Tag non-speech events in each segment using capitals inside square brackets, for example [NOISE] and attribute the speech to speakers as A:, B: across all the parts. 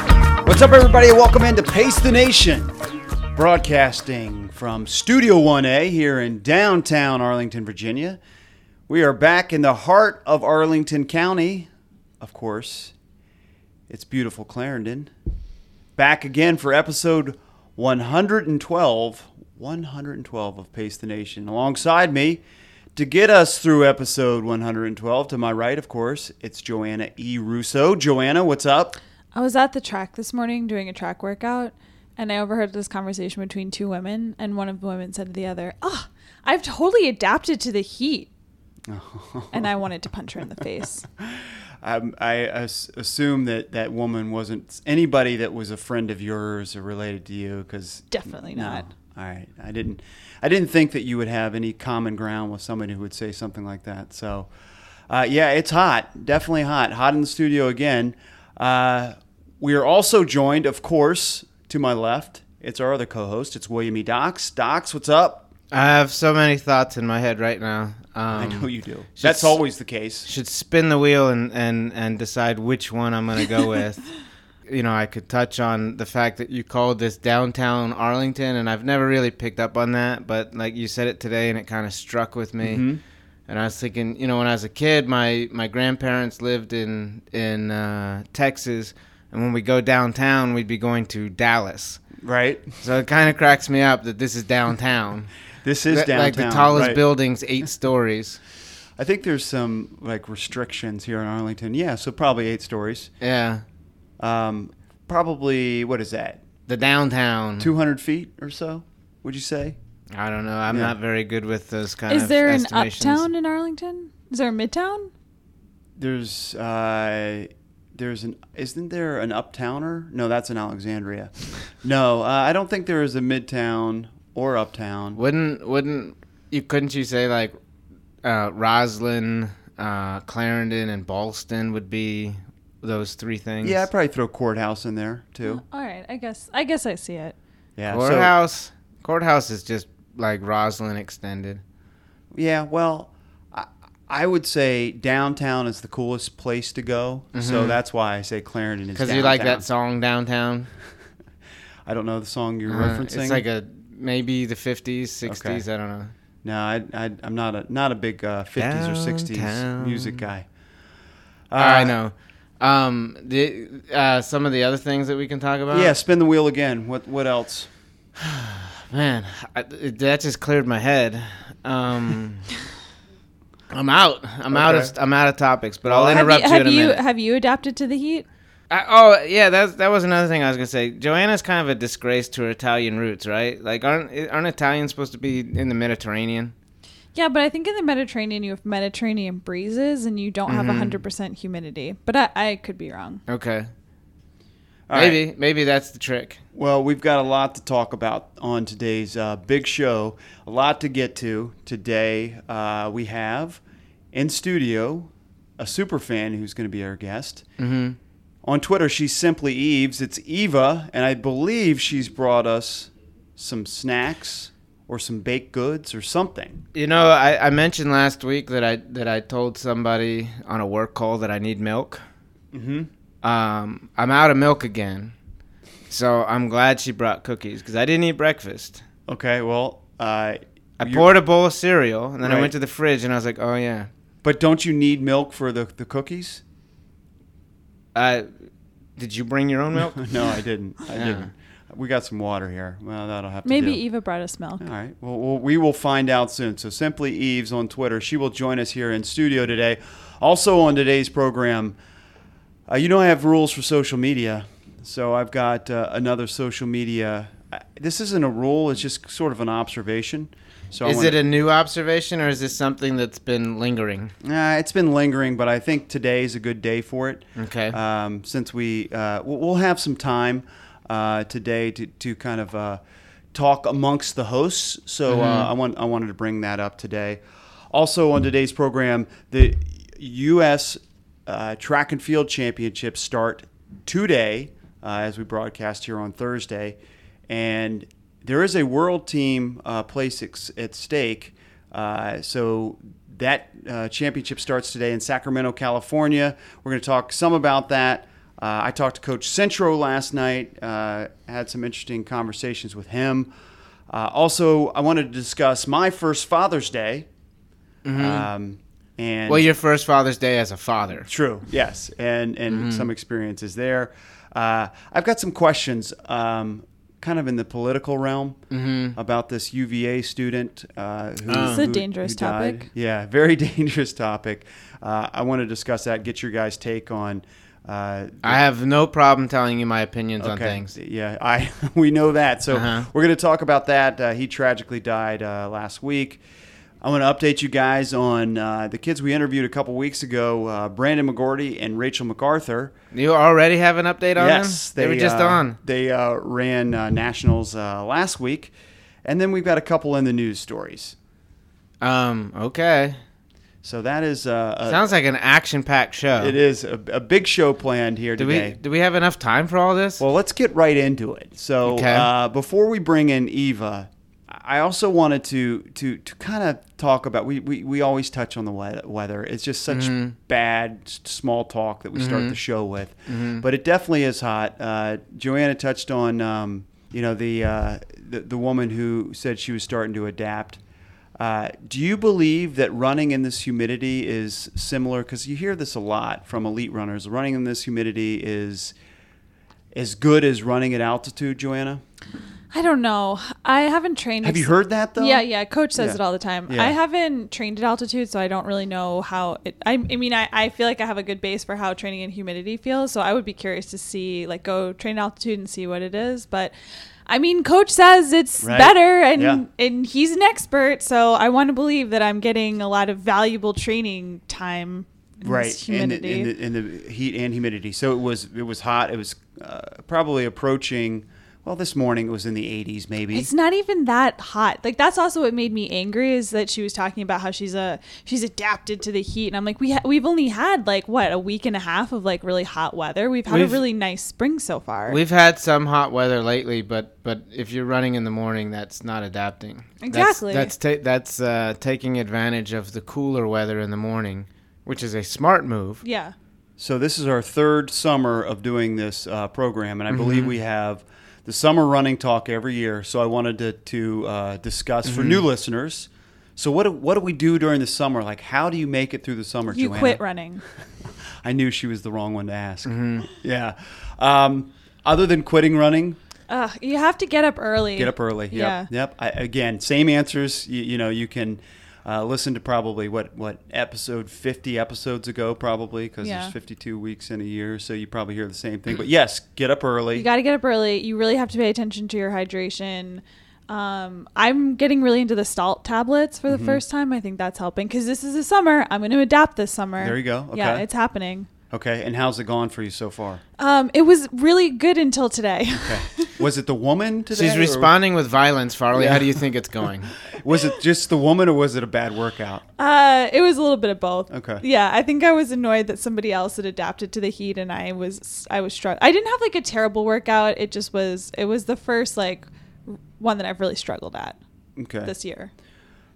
A: up, everybody? Welcome into Pace the Nation, broadcasting from Studio 1A here in downtown Arlington, Virginia. We are back in the heart of Arlington County, of course. It's beautiful Clarendon. Back again for episode 112, 112 of Pace the Nation. Alongside me to get us through episode 112, to my right, of course, it's Joanna E. Russo. Joanna, what's up?
B: I was at the track this morning doing a track workout, and I overheard this conversation between two women, and one of the women said to the other, "Ah, I've totally adapted to the
C: [LAUGHS]
B: heat." and I wanted to punch her in the face.
A: Um, I as- assume that that woman wasn't anybody that was a friend of yours or related to you, because
B: Definitely not.
A: All right, I didn't, I didn't think that you would have any common ground with somebody who would say something like that. So, uh, yeah, it's hot, definitely hot, hot in the studio again. Uh, we are also joined, of course, to my left. It's our other co-host. It's William E. Docs. Docs, what's up?
C: I have so many thoughts in my head right now. Um,
A: I know you do.
C: should
A: That's
C: s-
A: always the case.
C: Should spin the wheel and, and, and decide which one I'm going
A: [LAUGHS]
C: to go with. you know, I could touch on the fact that you called this downtown Arlington, and I've never really picked up on that, but like you said it today, and it kind of struck with me.
A: Mm-hmm.
C: And I was thinking, you know, when I was a kid, my, my grandparents lived in in uh, Texas, and when we go downtown, we'd be going to Dallas.
A: Right.
C: So it kind of cracks me up that this
A: [LAUGHS]
C: is downtown.
A: This is
C: Th-
A: downtown.
C: Like the tallest
A: right.
C: building's eight stories.
A: I think there's some like restrictions here in Arlington. Yeah, so probably eight stories.
C: Yeah.
A: Um, probably what is that?
C: The downtown.
A: Two hundred feet or so? Would you say?
C: I don't know. I'm
A: Yeah.
C: not very good with those kind of
B: Is there an
C: estimations.
B: uptown in Arlington? Is there a midtown?
A: There's uh, there's an isn't there an uptowner? No, that's in Alexandria. No, uh, I don't think there is a midtown or uptown.
C: Wouldn't wouldn't you couldn't you say like uh Roslyn, uh Clarendon and Ballston would be those three things?
A: Yeah, I'd probably throw courthouse in there too.
B: All right, I guess I guess I see it.
A: Yeah, so-
C: Courthouse. Courthouse is just like Roslyn extended.
A: Yeah, well, I, I would say downtown is the coolest place to go. So that's why I say Clarendon is
C: Cuz Mm-hmm. you like
A: downtown.
C: that song downtown?
A: I don't know the song you're
C: Uh,
A: referencing.
C: It's like a maybe the 50s, 60s, I don't know.
A: no, I, I, I'm not a not a big uh, 50s or 60s
C: Downtown.
A: music guy. Uh,
C: I know. Um, the uh, some of the other things that we can talk about.
A: Yeah, spin the wheel again. What what else?
C: man, I, that just cleared my head. Um, [LAUGHS] I'm out. I'm out of
A: Okay.
C: I'm out of topics. But
A: Well,
C: I'll
A: have
B: Have
C: interrupt
B: you
C: you,
B: have
C: in a
B: you,
C: minute.
B: have you adapted to the heat?
C: I, oh yeah, that that was another thing I was gonna say. Joanna's kind of a disgrace to her Italian roots, right? Like, aren't aren't Italians supposed to be in the Mediterranean?
B: Yeah, but I think in the Mediterranean you have Mediterranean breezes and you don't have a
C: Mm-hmm.
B: hundred percent humidity. But I, I could be wrong.
C: Okay,
A: All right.
C: maybe maybe that's the trick.
A: Well, we've got a lot to talk about on today's uh, big show. A lot to get to today. Uh, we have in studio a super fan who's going to be our guest. Mm-hmm. On Twitter, she's simply Eves. It's Eva, and I believe she's brought us some snacks or some baked goods or something.
C: You know, I, I mentioned last week that I that I told somebody on a work call that I need milk. Mm-hmm. Um, I'm out of milk again, so I'm glad she brought cookies because I didn't eat breakfast.
A: Okay, well, uh,
C: I
A: you-
C: poured a bowl of cereal and then I
A: Right.
C: went to the fridge and I was like, oh yeah,
A: but don't you need milk for the, the cookies?
C: uh, did you bring your
A: [LAUGHS]
C: own milk?
A: no, I didn't. I
C: Yeah.
A: didn't. We got some water here. Well, that'll have to
B: Maybe e-
A: do.
B: Eva brought us milk.
A: All right. Well, well, we will find out soon. So, Simply Eves on Twitter. She will join us here in studio today. Also, on today's program, uh, you know, I have rules for social media. So, I've got uh, another social media. I- This isn't a rule, it's just sort of an observation. So I
C: is
A: wanna-
C: it a new observation or is this something that's been lingering?
A: Nah, it's been lingering, but I think today is a good day for it.
C: Okay.
A: Um, since we uh, we'll we'll have some time uh, today to, to kind of uh, talk amongst the hosts, so uh, I want I wanted to bring that up today. Also on today's program, the U.S. Uh, track and field championships start today uh, as we broadcast here on Thursday, and there is a world team uh, place ex- at stake. Uh, so that uh, championship starts today in Sacramento, California. We're going to talk some about that. Uh, I talked to Coach Centro last night, uh, had some interesting conversations with him. Uh, also, I wanted to discuss my first Father's Day. Um, and
C: Well, your first Father's Day as a father.
A: True. Yes, and and some experiences there. Uh, I've got some questions, um, kind of in the political realm, about this UVA student. Uh, who,
B: This is a
A: who-
B: dangerous
A: who died.
B: topic.
A: Yeah, very [LAUGHS] dangerous topic. Uh, I want to discuss that. Get your guys' take on. Uh,
C: I have no problem telling you my opinions on
A: Okay.
C: things.
A: Yeah, I [LAUGHS] we know that. So
C: Uh-huh.
A: we're going to talk about that. Uh, he tragically died uh, last week. I want to update you guys on uh, the kids we interviewed a couple weeks ago, uh, Brandon McGordy and Rachel MacArthur.
C: You already have an update on
A: yes,
C: them? They, were just
A: uh,
C: on.
A: They uh, ran uh, nationals uh, last week, and then we've got a couple in the news stories.
C: Um, okay.
A: So that is uh, a,
C: Sounds like an action-packed show.
A: it is a, a big show planned here
C: Do
A: today.
C: we do we have enough time for all this?
A: Well, let's get right into it. So,
C: Okay.
A: uh, before we bring in Eva, I also wanted to to to kind of talk about we, we we always touch on the wea- weather. It's just such bad s- small talk that we start the show with, but it definitely is hot. Uh, Joanna touched on um, you know the, uh, the the woman who said she was starting to adapt. Uh, do you believe that running in this humidity is similar? Because you hear this a lot from elite runners. Running in this humidity is as good as running at altitude, Joanna?
B: I don't know. I haven't trained.
A: Have you
B: ex-
A: heard that though?
B: Yeah, yeah. Coach says
A: Yeah.
B: it all the time.
A: Yeah.
B: I haven't trained at altitude, so I don't really know how it. I, I mean, I, I feel like I have a good base for how training in humidity feels, so I would be curious to see, like, go train altitude and see what it is. But I mean, coach says it's
A: Right.
B: better, and
A: Yeah.
B: and he's an expert, so I want to believe that I'm getting a lot of valuable training time. in this
A: Right. In the,
B: humidity.
A: in, the, in the heat and humidity. So it was it was hot. It was uh, probably approaching. Well, this morning it was in the 80s, maybe.
B: It's not even that hot. Like that's also what made me angry is that she was talking about how she's a she's adapted to the heat, and I'm like, we ha- we've only had like what a week and a half of like really hot weather. We've had
C: We've-
B: a really nice spring so far.
C: We've had some hot weather lately, but but if you're running in the morning, that's not adapting.
B: Exactly.
C: That's that's, ta- that's uh, taking advantage of the cooler weather in the morning, which is a smart move.
B: yeah,
A: So this is our third summer of doing this uh, program,
B: Mm-hmm.
A: and I believe we have the summer running talk every year. So I wanted to, to uh, discuss
B: Mm-hmm.
A: for new listeners. So what do, what do we do during the summer? Like, how do you make it through the summer,
B: you
A: Joanna?
B: quit running.
A: I knew she was the wrong one to ask. Yeah. Um, other than quitting running,
B: Ugh, you have to get up early.
A: get up early. Yep.
B: Yeah.
A: Yep. I, again, same answers. You, you know, you can uh, listen to probably what what episode fifty episodes ago, probably because
B: Yeah.
A: there's fifty two weeks in a year, so you probably hear the same thing. But yes, get up early.
B: You got to get up early. You really have to pay attention to your hydration. Um, I'm getting really into the salt tablets for the
A: Mm-hmm.
B: first time. I think that's helping because this is the summer. I'm going to adapt this summer.
A: There you go.
B: Yeah,
A: Okay.
B: it's happening.
A: okay. And how's it gone for you so far?
B: Um, it was really good until today.
A: Okay. was it the woman today?
C: She's
A: or
C: responding with violence, Farley.
A: Yeah.
C: How do you think
A: [LAUGHS]
C: it's going?
A: Was it just the woman, or was it a bad workout?
B: [LAUGHS] Uh, it was a little bit of both.
A: Okay.
B: Yeah, I think I was annoyed that somebody else had adapted to the heat, and I was I was struck. I didn't have like a terrible workout. It just was. It was the first like one that I've really struggled at
A: Okay.
B: this year.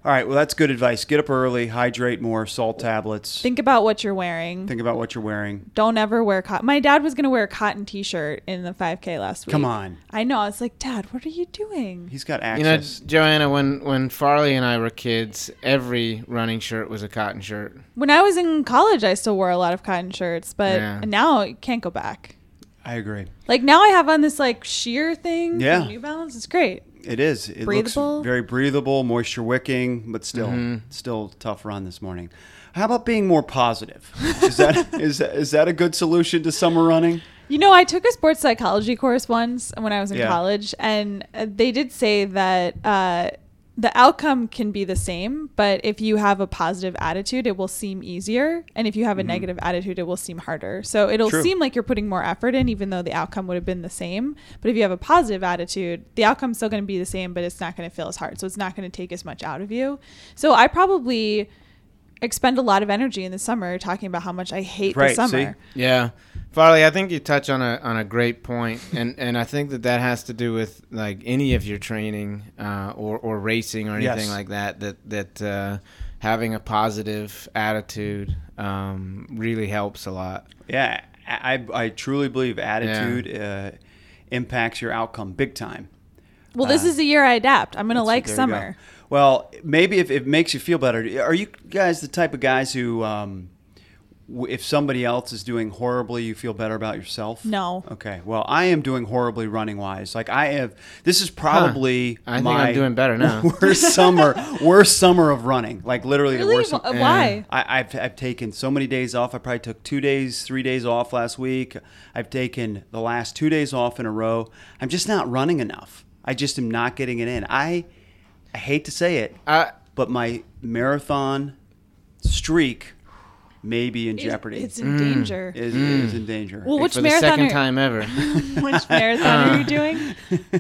A: All right. Well, that's good advice. Get up early. Hydrate more. Salt tablets.
B: Think about what you're wearing.
A: Think about what you're wearing.
B: Don't ever wear cotton. My dad was gonna wear a cotton T-shirt in the 5K last week.
A: Come on.
B: I know. I was like, Dad, what are you doing?
A: He's got
C: You know,
A: access.
C: Joanna, when when Farley and I were kids, every running shirt was a cotton shirt.
B: When I was in college, I still wore a lot of cotton shirts, but
C: Yeah.
B: now you can't go back.
A: I agree.
B: Like now I have on this like sheer thing. from
A: Yeah.
B: New Balance. It's great.
A: It is. It
B: Breathable?
A: looks very breathable, moisture wicking, but still,
C: Mm-hmm.
A: still tough run this morning. How about being more positive? Is that [LAUGHS] is that, is that a good solution to summer running?
B: You know, I took a sports psychology course once when I was in
A: Yeah.
B: college, and uh, they did say that uh, the outcome can be the same, but if you have a positive attitude, it will seem easier. And if you have a negative attitude, it will seem harder. So it'll
A: Mm-hmm. True.
B: seem like you're putting more effort in, even though the outcome would have been the same. But if you have a positive attitude, the outcome's still going to be the same, but it's not going to feel as hard. So it's not going to take as much out of you. So I probably expend a lot of energy in the summer talking about how much I hate
A: Right, see?
B: the summer.
C: Yeah, Farley, I think you touch on a on a great point, and and I think that that has to do with like any of your training uh, or or racing or anything
A: Yes.
C: like that. That that uh, having a positive attitude um, really helps a lot.
A: Yeah, I, I truly believe attitude uh, impacts your outcome big time.
B: Well, this is the year I adapt. I'm gonna like
A: There you
B: summer.
A: go. Well, maybe if it makes you feel better. Are you guys the type of guys who, um, w- if somebody else is doing horribly, you feel better about yourself?
B: No.
A: Okay. Well, I am doing horribly running wise. Like I have. This is probably
C: I think
A: my
C: I'm doing
A: [LAUGHS]
C: better now.
B: [LAUGHS]
A: worst summer. Worst summer of running. Like literally the
B: Really?
A: worst. sum-
B: Wh- Why?
A: I, I've, I've taken so many days off. I probably took two days, three days off last week. I've taken the last two days off in a row. I'm just not running enough. I just am not getting it in. I, I hate to say it,
C: I,
A: but my marathon streak may be in jeopardy.
B: It's
A: [LAUGHS]
B: in danger.
A: is, is in danger.
B: Well, which
C: for the
B: marathon?
C: second
B: Are,
C: time ever.
B: which marathon are you doing?
A: [LAUGHS]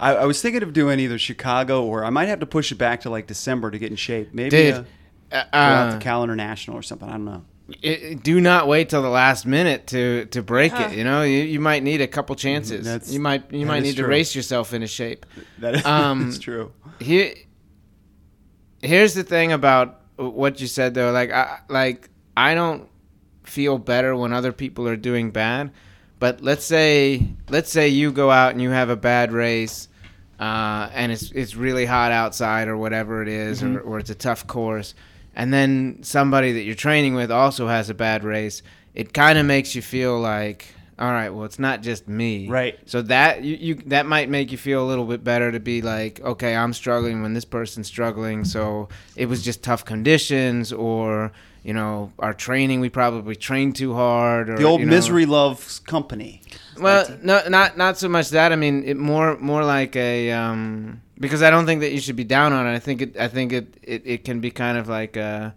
A: I, I was thinking of doing either Chicago or I might have to push it back to like December to get in shape. Maybe uh,
C: Dude, uh,
A: go out to
C: uh,
A: Cal International or something. I don't know.
C: it- it- do not wait till the last minute to to break
B: Ah.
C: it. You know, you, you might need a couple chances.
A: Mm-hmm. That's-
C: you might you
A: that
C: might
A: is
C: need
A: true.
C: to race yourself into shape.
A: That is [LAUGHS]
C: Um,
A: true.
C: Here, here's the thing about what you said though. Like, I like I don't feel better when other people are doing bad. But let's say let's say you go out and you have a bad race, uh, and it's it's really hot outside or whatever it is, or, or it's a tough course, and then somebody that you're training with also has a bad race. It kind of makes you feel like, all right, well, it's not just me,
A: Right.
C: So that you, you that might make you feel a little bit better to be like, okay, I'm struggling when this person's struggling, so it was just tough conditions, or you know, our training we probably trained too hard, or
A: The old
C: you know-
A: misery loves company.
C: Well, no, not not so much that. I mean, it more more like a um, because I don't think that you should be down on it. I think it I think it it, it can be kind of like uh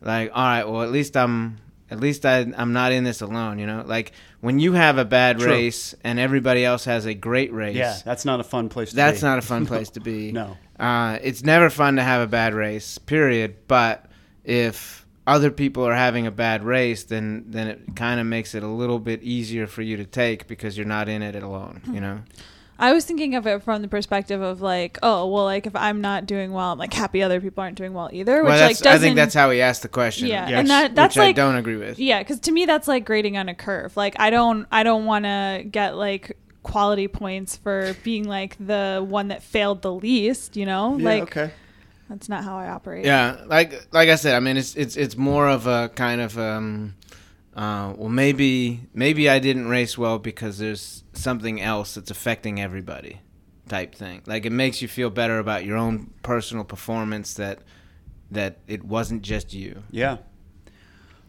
C: like all right, well at least I'm. At least I, I'm not in this alone, you know. Like when you have a bad
A: True.
C: race and everybody else has a great race,
A: Yeah, that's not a fun place. to
C: that's
A: be.
C: not a fun place to
A: [LAUGHS]
C: be.
A: No.
C: Uh, it's never fun to have a bad race, period. But if other people are having a bad race, then then it kind of makes it a little bit easier for you to take because you're not in it alone. You know,
B: I was thinking of it from the perspective of like, oh, well, like if I'm not doing well, I'm like happy other people aren't doing well either, which
C: well,
B: like
C: that's,
B: doesn't.
C: I think that's how he asked the question.
B: yeah,
A: Yes.
B: and that
C: which
B: that's
C: I
B: like
C: don't agree with.
B: yeah, because to me that's like grading on a curve. Like I don't I don't want to get like quality points for being like the one that failed the least. You know,
A: Yeah,
B: like
A: okay.
B: that's not how I operate.
C: Yeah, like like I said, I mean, it's it's it's more of a kind of um, uh, well, maybe maybe I didn't race well because there's something else that's affecting everybody, type thing. Like it makes you feel better about your own personal performance that that it wasn't just you.
A: Yeah.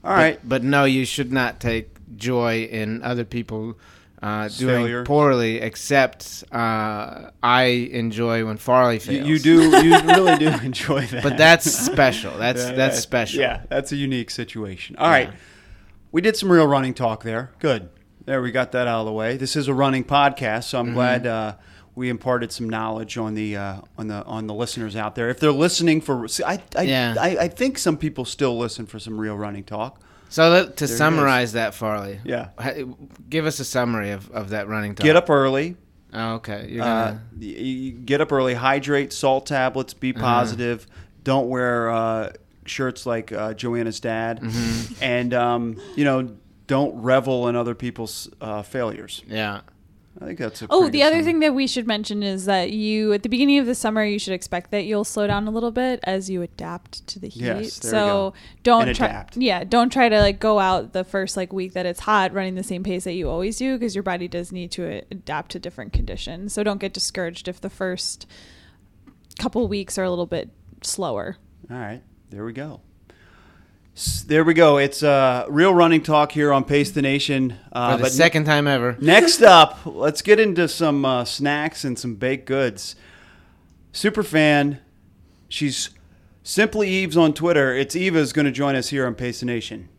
A: All right.
C: But, but no, you should not take joy in other people uh, doing
A: Failure.
C: poorly. Except uh, I enjoy when Farley
A: You,
C: fails.
A: you do. [LAUGHS] You really do enjoy that. [LAUGHS]
C: But that's special. That's
A: Yeah,
C: that's
A: yeah.
C: special.
A: Uh, Yeah, that's a unique situation. All right. We did some real running talk there. Good. There, we got that out of the way. This is a running podcast, so I'm
C: Mm-hmm.
A: glad uh, we imparted some knowledge on the uh, on the on the listeners out there. If they're listening for, see, I I,
C: Yeah.
A: I I think some people still listen for some real running talk.
C: So let, to summarize that, Farley.
A: Yeah.
C: ha- Give us a summary of, of that running talk.
A: Get up early,
C: Oh, okay. You're
A: Uh,
C: gonna,
A: y- y- get up early, hydrate, salt tablets, be
C: Mm-hmm.
A: positive. Don't wear uh, shirts like uh, Joanna's dad,
C: Mm-hmm.
A: and um, you know, don't revel in other people's uh, failures.
C: yeah.
A: I think that's a
B: Oh,
A: pretty
B: the
A: good
B: other
A: summary.
B: thing that we should mention is that you, at the beginning of the summer, you should expect that you'll slow down a little bit as you adapt to the heat.
A: Yes, there we
B: so
A: go.
B: don't
A: And
B: try,
A: adapt.
B: yeah, don't try to like go out the first like week that it's hot, running the same pace that you always do, because your body does need to a- adapt to different conditions. So don't get discouraged if the first couple weeks are a little bit slower.
A: All right, there we go. S- There we go. It's uh, real running talk here on Pace the Nation. Uh,
C: For the second time ever.
A: Next up, let's get into some uh, snacks and some baked goods. Superfan, she's simply Eves on Twitter. It's Eva's going to join us here on Pace the Nation.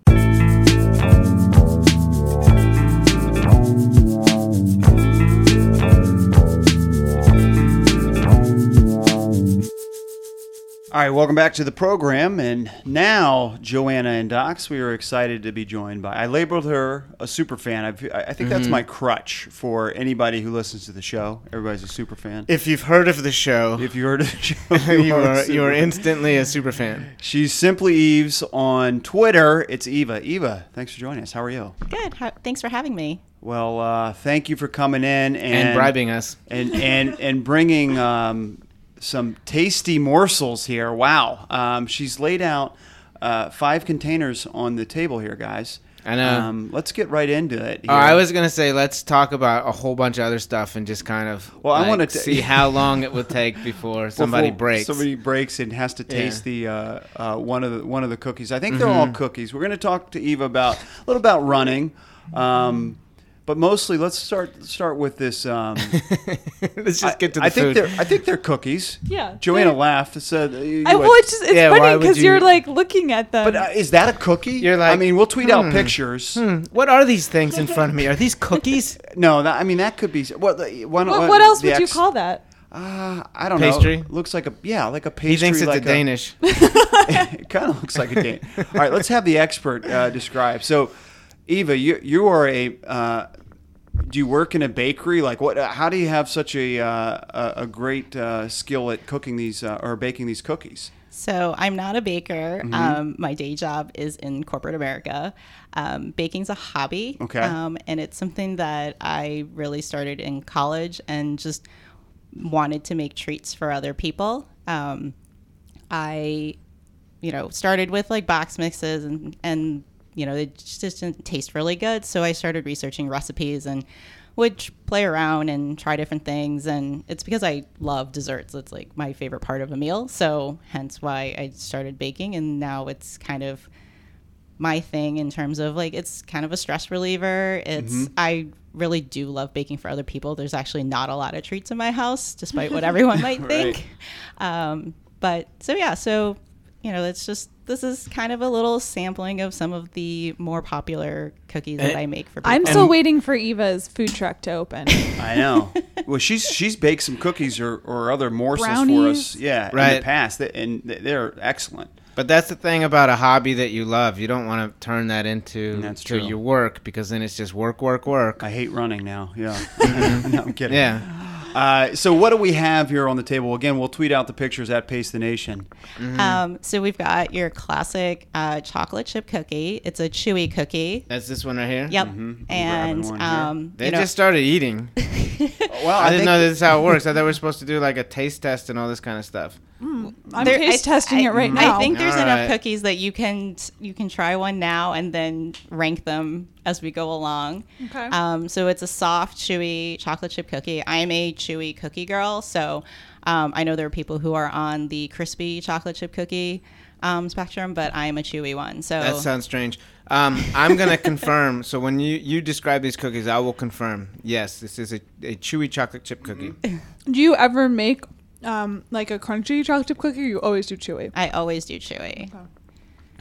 A: All All right, welcome back to the program. And now, Joanna and Docs, we are excited to be joined by. I labeled her a super fan. I've, I I think that's my crutch for anybody who listens to the show. Everybody's a super fan.
C: If you've heard of the show,
A: If you heard of the show, [LAUGHS]
C: you
A: a
C: are you
A: super
C: are
A: fan.
C: instantly a super fan.
A: She's simply Eves on Twitter. It's Eva. Eva, thanks for joining us. How are you?
D: Good. How, thanks for having me.
A: Well, uh, thank you for coming in and,
C: And, bribing us.
A: and and and bringing um, some tasty morsels here. Wow, um, she's laid out uh, five containers on the table here, guys.
C: I know.
A: Um, let's get right into it.
C: Oh,
A: here.
C: I was gonna say let's talk about a whole bunch of other stuff and just kind of
A: Well, I
C: like,
A: wanna ta- [LAUGHS]
C: see how long it will take before
A: Before
C: somebody
A: [LAUGHS]
C: breaks.
A: Somebody breaks and has to taste the uh, uh, one of the one of the cookies. I think they're
C: Mm-hmm.
A: all cookies. We're going to talk to Eva about a little about running, um, but mostly let's start start with this. Um,
C: [LAUGHS] let's just get to the
A: I think
C: food.
A: they're I think they're cookies.
B: Yeah,
A: Joanna
B: they're-
A: laughed. and Said, uh,
B: I, well, it's just, it's
C: Yeah, why
B: funny
C: would
B: because you... are
C: you-
B: like looking at them.
A: But uh, is that a cookie?
C: You're like,
A: I mean, we'll tweet out pictures.
C: Hmm, what are these things in front of me? Are these cookies?
A: No, that, I mean that could be. What? the- One,
B: what, what else
A: the
B: would you
A: ex-
B: call that?
A: Uh, I don't know.
C: Pastry?
A: Looks like a yeah, like a [LAUGHS] pastry.
C: he thinks it's
A: like
C: a Danish.
A: [LAUGHS] it kind of looks like a date. All right, let's have the expert uh, describe. So, Eva, you you are a uh, do you work in a bakery? Like, what? How do you have such a uh, a, a great uh, skill at cooking these uh, or baking these cookies?
D: So I'm not a baker. Um, my day job is in corporate America. Um, baking's a hobby.
A: Okay.
D: Um, and it's something that I really started in college and just wanted to make treats for other people. Um, I, you know, started with like box mixes and, and you know, it just didn't taste really good. So I started researching recipes and would tr- play around and try different things. And it's because I love desserts. It's like my favorite part of a meal. So hence why I started baking. And now it's kind of my thing in terms of like it's kind of a stress reliever. It's
A: Mm-hmm.
D: I really do love baking for other people. There's actually not a lot of treats in my house, despite what everyone
A: [LAUGHS]
D: might think. Um, but so yeah, so you know, it's just this is kind of a little sampling of some of the more popular cookies that
C: Eh,
D: I make for people.
B: I'm still waiting for Eva's food truck to open.
A: I know. [LAUGHS] well, she's she's baked some cookies or, or other morsels for us.
B: Brownies.
A: Yeah, in the
C: Right.
A: past, They- and they're excellent.
C: But that's the thing about a hobby that you love. You don't want to turn that into
A: Mm, That's
C: to
A: true.
C: your work because then it's just work, work, work.
A: I hate running now.
C: [LAUGHS]
A: Yeah, no, I'm kidding.
C: Yeah.
A: Uh, so what do we have here on the table? Again, we'll tweet out the pictures at Pace the Nation.
D: Um, so we've got your classic uh, chocolate chip cookie. It's a chewy cookie.
C: That's this one right here.
D: Yep.
A: Mm-hmm. grabbing
D: And
A: one here.
D: um,
C: They
D: you know, Oh,
C: just started
D: [LAUGHS]
C: eating.
A: Well,
C: I, didn't know this is how it works. I thought we were supposed to do like a taste test and all this kind of stuff.
B: I'm
D: There-
B: taste
D: I-
B: testing
D: I-
B: it right now.
D: I think there's
C: All right.
D: enough cookies that you can you can try one now and then rank them as we go along.
B: Okay.
D: Um, so it's a soft, chewy chocolate chip cookie. I am a chewy cookie girl, so um, I know there are people who are on the crispy chocolate chip cookie um, spectrum, but I am a chewy one. So
C: That sounds strange. Um, I'm gonna confirm. So when you you describe these cookies, I will confirm. Yes, this is a, a chewy chocolate chip cookie.
D: Mm-hmm.
B: Do you ever make um, like a crunchy chocolate chip cookie? Or you always do chewy.
D: I always do chewy.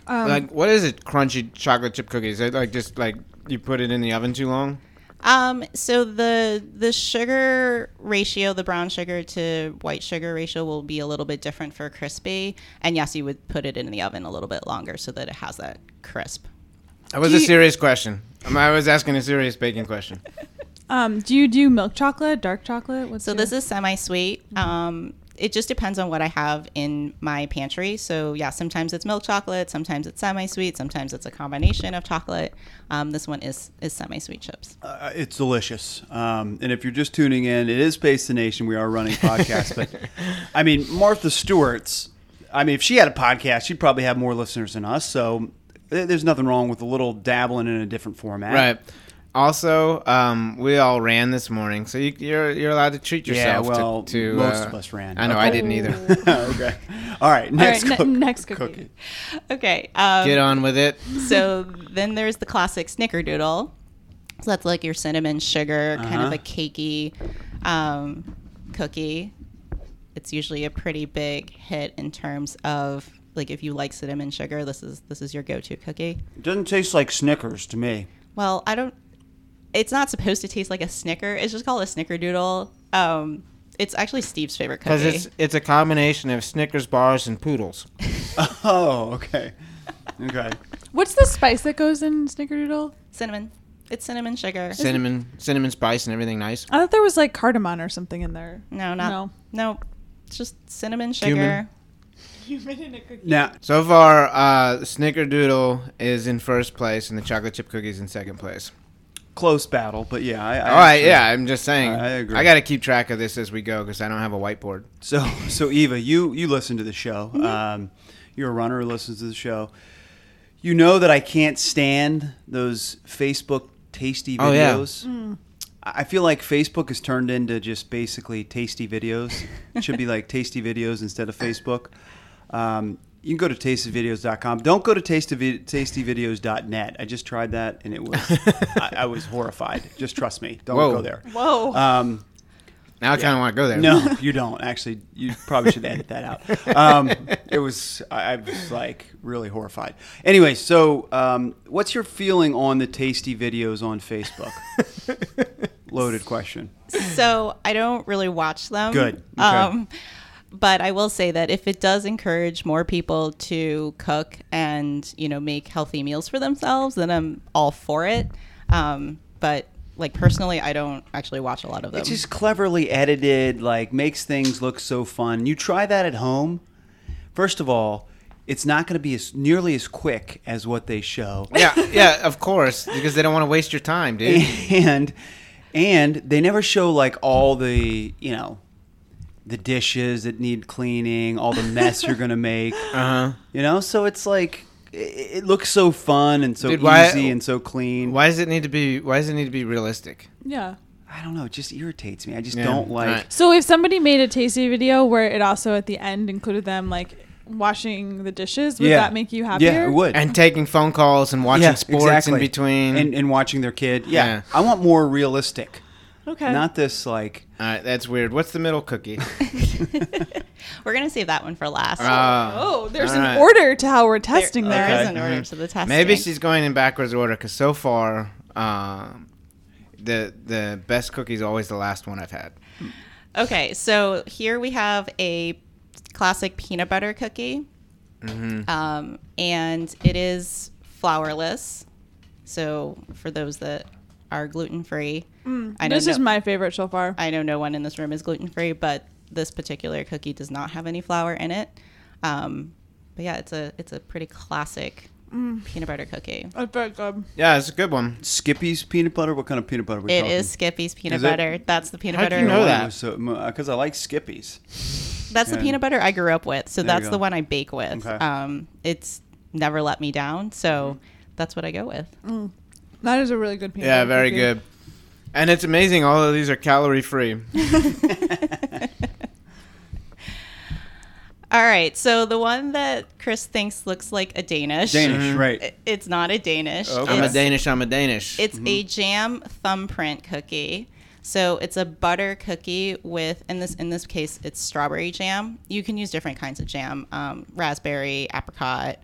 D: Um,
C: like what is it? Crunchy chocolate chip cookies? Is it like just like you put it in the oven too long?
D: Um, so the the sugar ratio, the brown sugar to white sugar ratio, will be a little bit different for crispy. And yes, you would put it in the oven a little bit longer so that it has that crisp.
C: That was
B: Do
C: a
B: you-
C: serious question. Um, I was asking a serious baking question.
B: Um, do you do milk chocolate, dark chocolate? What's
D: So
B: your-
D: this is semi-sweet. Um, it just depends on what I have in my pantry. So yeah, sometimes it's milk chocolate, sometimes it's semi-sweet, sometimes it's a combination of chocolate. Um, this one is is semi-sweet chips.
A: Uh, it's delicious. Um, and if you're just tuning in, it is Pace the Nation. We are running podcast, but I mean Martha Stewart's. I mean, if she had a podcast, she'd probably have more listeners than us. So th- there's nothing wrong with a little dabbling in a different format.
C: [LAUGHS] Right. Also, um, we all ran this morning, so you, you're you're allowed to treat yourself.
A: Yeah,
C: to-
A: well,
C: to,
A: most
C: uh,
A: of us ran.
C: I know I didn't
A: Oh.
C: either.
A: [LAUGHS] okay. All right.
B: All
A: Next.
B: right, ne-
A: cook-
B: next cookie.
D: Okay. Um,
C: Get on with it.
D: so then there's the classic snickerdoodle. So that's like your cinnamon sugar, kind of
A: Uh-huh.
D: a cakey um, cookie. It's usually a pretty big hit in terms of like if you like cinnamon sugar, this is this is your go-to cookie.
A: Doesn't taste like Snickers to me. [LAUGHS]
D: Well, I don't. It's not supposed to taste like a Snicker. It's just called a Snickerdoodle. Um, it's actually Steve's favorite
C: Because
D: cookie.
C: it's it's a combination of Snickers bars and poodles.
A: Oh, okay. Okay.
B: What's the spice that goes in Snickerdoodle?
D: cinnamon. It's cinnamon
C: [LAUGHS]
D: sugar.
C: Cinnamon, cinnamon spice, and everything nice.
B: I thought there was like cardamom or something in there.
D: no, not
B: No.
D: no. It's just cinnamon sugar.
C: Cumin.
B: Human in a cookie.
A: Now,
C: So far, uh, Snickerdoodle is in first place, and the chocolate chip cookies in second place.
A: close battle, but yeah. I, I
C: All right,
A: agree.
C: yeah, I'm just saying.
A: I agree.
C: got to keep track of this as we go because I don't have a whiteboard.
A: So, [LAUGHS] so Eva, you you listen to the show.
C: Mm-hmm.
A: Um, you're a runner who listens to the show. You know that I can't stand those Facebook tasty
C: Oh, yeah.
A: videos. I I feel like Facebook has turned into just basically tasty videos. it should be
C: [LAUGHS]
A: like tasty videos instead of Facebook. Um, you can go to tastyvideos.com. Don't go to tastyvi- tastyvideos.net. I just tried that and it was I, I was horrified. Just trust me. Don't
C: Whoa.
A: go there.
B: Whoa.
A: Um,
C: Now I kind of want to go there.
A: no, [LAUGHS] you don't. Actually, you probably should edit that out. Um, it was I, I was like really horrified. Anyway, so um, what's your feeling on the tasty videos on [LAUGHS] Facebook? Loaded question.
D: so I don't really watch them.
A: Good. Okay.
D: Um, but I will say that if it does encourage more people to cook and you know make healthy meals for themselves, then I'm all for it. Um, but like personally, I don't actually watch a lot of them.
A: It's just cleverly edited, like makes things look so fun. You try that at home. First of all, it's not going to be as nearly as quick as what they show.
C: Yeah, yeah, of course, because they don't want to waste your
A: [LAUGHS]
C: time, [LAUGHS] dude.
A: and and they never show like all the you know the dishes that need cleaning all the mess you're gonna
C: [LAUGHS]
A: make
C: Uh huh.
A: you know so it's like it, it looks so fun and so
C: Dude,
A: easy
C: why-
A: and so clean
C: Why does it need to be? Why does it need to be realistic?
B: Yeah.
A: i don't know it just irritates me i just
C: Yeah,
A: don't like
C: alright.
B: So if somebody made a tasty video where it also at the end included them like washing the dishes, would
A: yeah
B: that make you happier?
A: yeah it would
C: And taking phone calls and watching
A: yeah,
C: sports in between.
A: and, and watching their kid yeah.
C: Yeah.
A: i want more realistic
B: Okay.
A: not this like
C: All right, that's weird. What's the
A: [LAUGHS]
C: middle cookie?
D: We're gonna save that one for last.
C: Ah. Uh,
B: oh, there's
C: all
B: an
C: right.
B: order to how we're
D: There-
B: testing
D: there
B: there.
A: Okay.
D: is an order to the testing.
C: Maybe she's going in backwards order because so far, um, the the best cookie is always the last one I've had.
D: Okay, so here we have a classic peanut butter cookie,
A: Mm-hmm.
D: um, and it is flourless. So for those that are gluten free, I don't
B: Mm, This
D: know.
B: is my favorite so far.
D: I know no one in this room is gluten free, but this particular cookie does not have any flour in it. Um, but yeah, it's a it's a pretty classic
B: Mm.
D: peanut butter cookie.
B: I think um,
C: Yeah, it's a good one.
A: skippy's peanut butter what kind of peanut butter are we
D: It
A: talking?
D: is Skippy's peanut
A: Is it?
D: butter. That's the peanut
C: How'd
D: butter.
C: you know that?
A: because uh, i like skippy's
D: That's the
A: Yeah.
D: peanut butter I grew up with. So
A: There you
D: that's
A: go.
D: the one I bake with.
A: Okay. Mm-hmm.
D: Um, it's never let me down. So that's what I go with.
B: that is a really good peanut.
C: Yeah,
B: butter
C: very
B: cookie.
C: good. And it's amazing. All of these are
B: [LAUGHS]
C: calorie free.
D: All right. So the one that Chris thinks looks like a Danish.
A: danish
C: Mm-hmm.
A: right
D: I- It's not a Danish.
A: Okay. Mm-hmm.
C: I'm a
D: It's-
C: Danish. I'm a Danish.
D: It's a jam thumbprint cookie. So it's a butter cookie with, in this in this case, it's strawberry jam. You can use different kinds of jam, um, raspberry, apricot.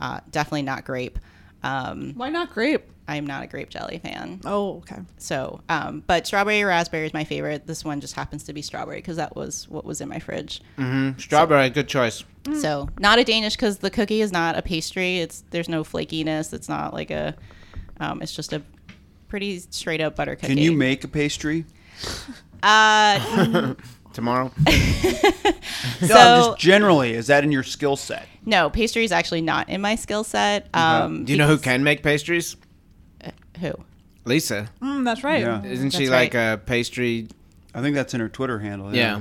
D: Uh, definitely not grape. Um,
B: Why not grape?
D: I am not a grape jelly fan.
B: Oh, okay.
D: So, um, but strawberry raspberry is my favorite. This one just happens to be strawberry because that was what was in my fridge.
C: Mhm. Strawberry, good choice.
D: So, not a Danish because the cookie is not a pastry. It's there's no flakiness. It's not like a. Um, it's just a pretty straight up butter cookie.
A: Can you make a pastry?
D: Uh, [LAUGHS]
B: [LAUGHS]
C: Tomorrow.
A: no, I'm just generally, is that in your skill set?
D: no, pastry is actually not in my skill set. Um,
C: Do you know who
D: because-
C: can make pastries?
D: Who?
C: Lisa.
B: Mm, that's right.
A: Yeah.
C: Isn't she
D: That's
C: like
D: right.
C: a pastry?
A: I think that's in her Twitter handle. Yeah.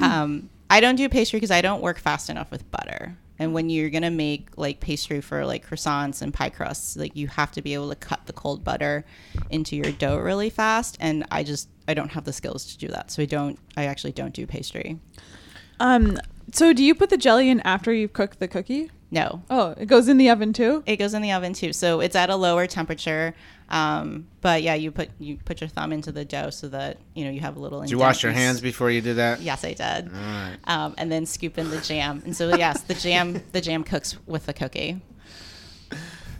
D: um, I don't do pastry because I don't work fast enough with butter. And when you're gonna make like pastry for like croissants and pie crusts, like you have to be able to cut the cold butter into your dough really fast. And I just I don't have the skills to do that, so I don't. I actually don't do pastry.
B: Um. So, do you put the jelly in after you've cooked the cookie?
D: No,
B: Oh, it goes in the oven too.
D: it goes in the oven too, so it's at a lower temperature. Um, but yeah, you put you put your thumb into the dough so that you know you have a little.
C: Did you wash your hands before you did that?
D: Yes, I did. Um, and then scoop in the jam. And so yes, the jam the jam cooks with the cookie.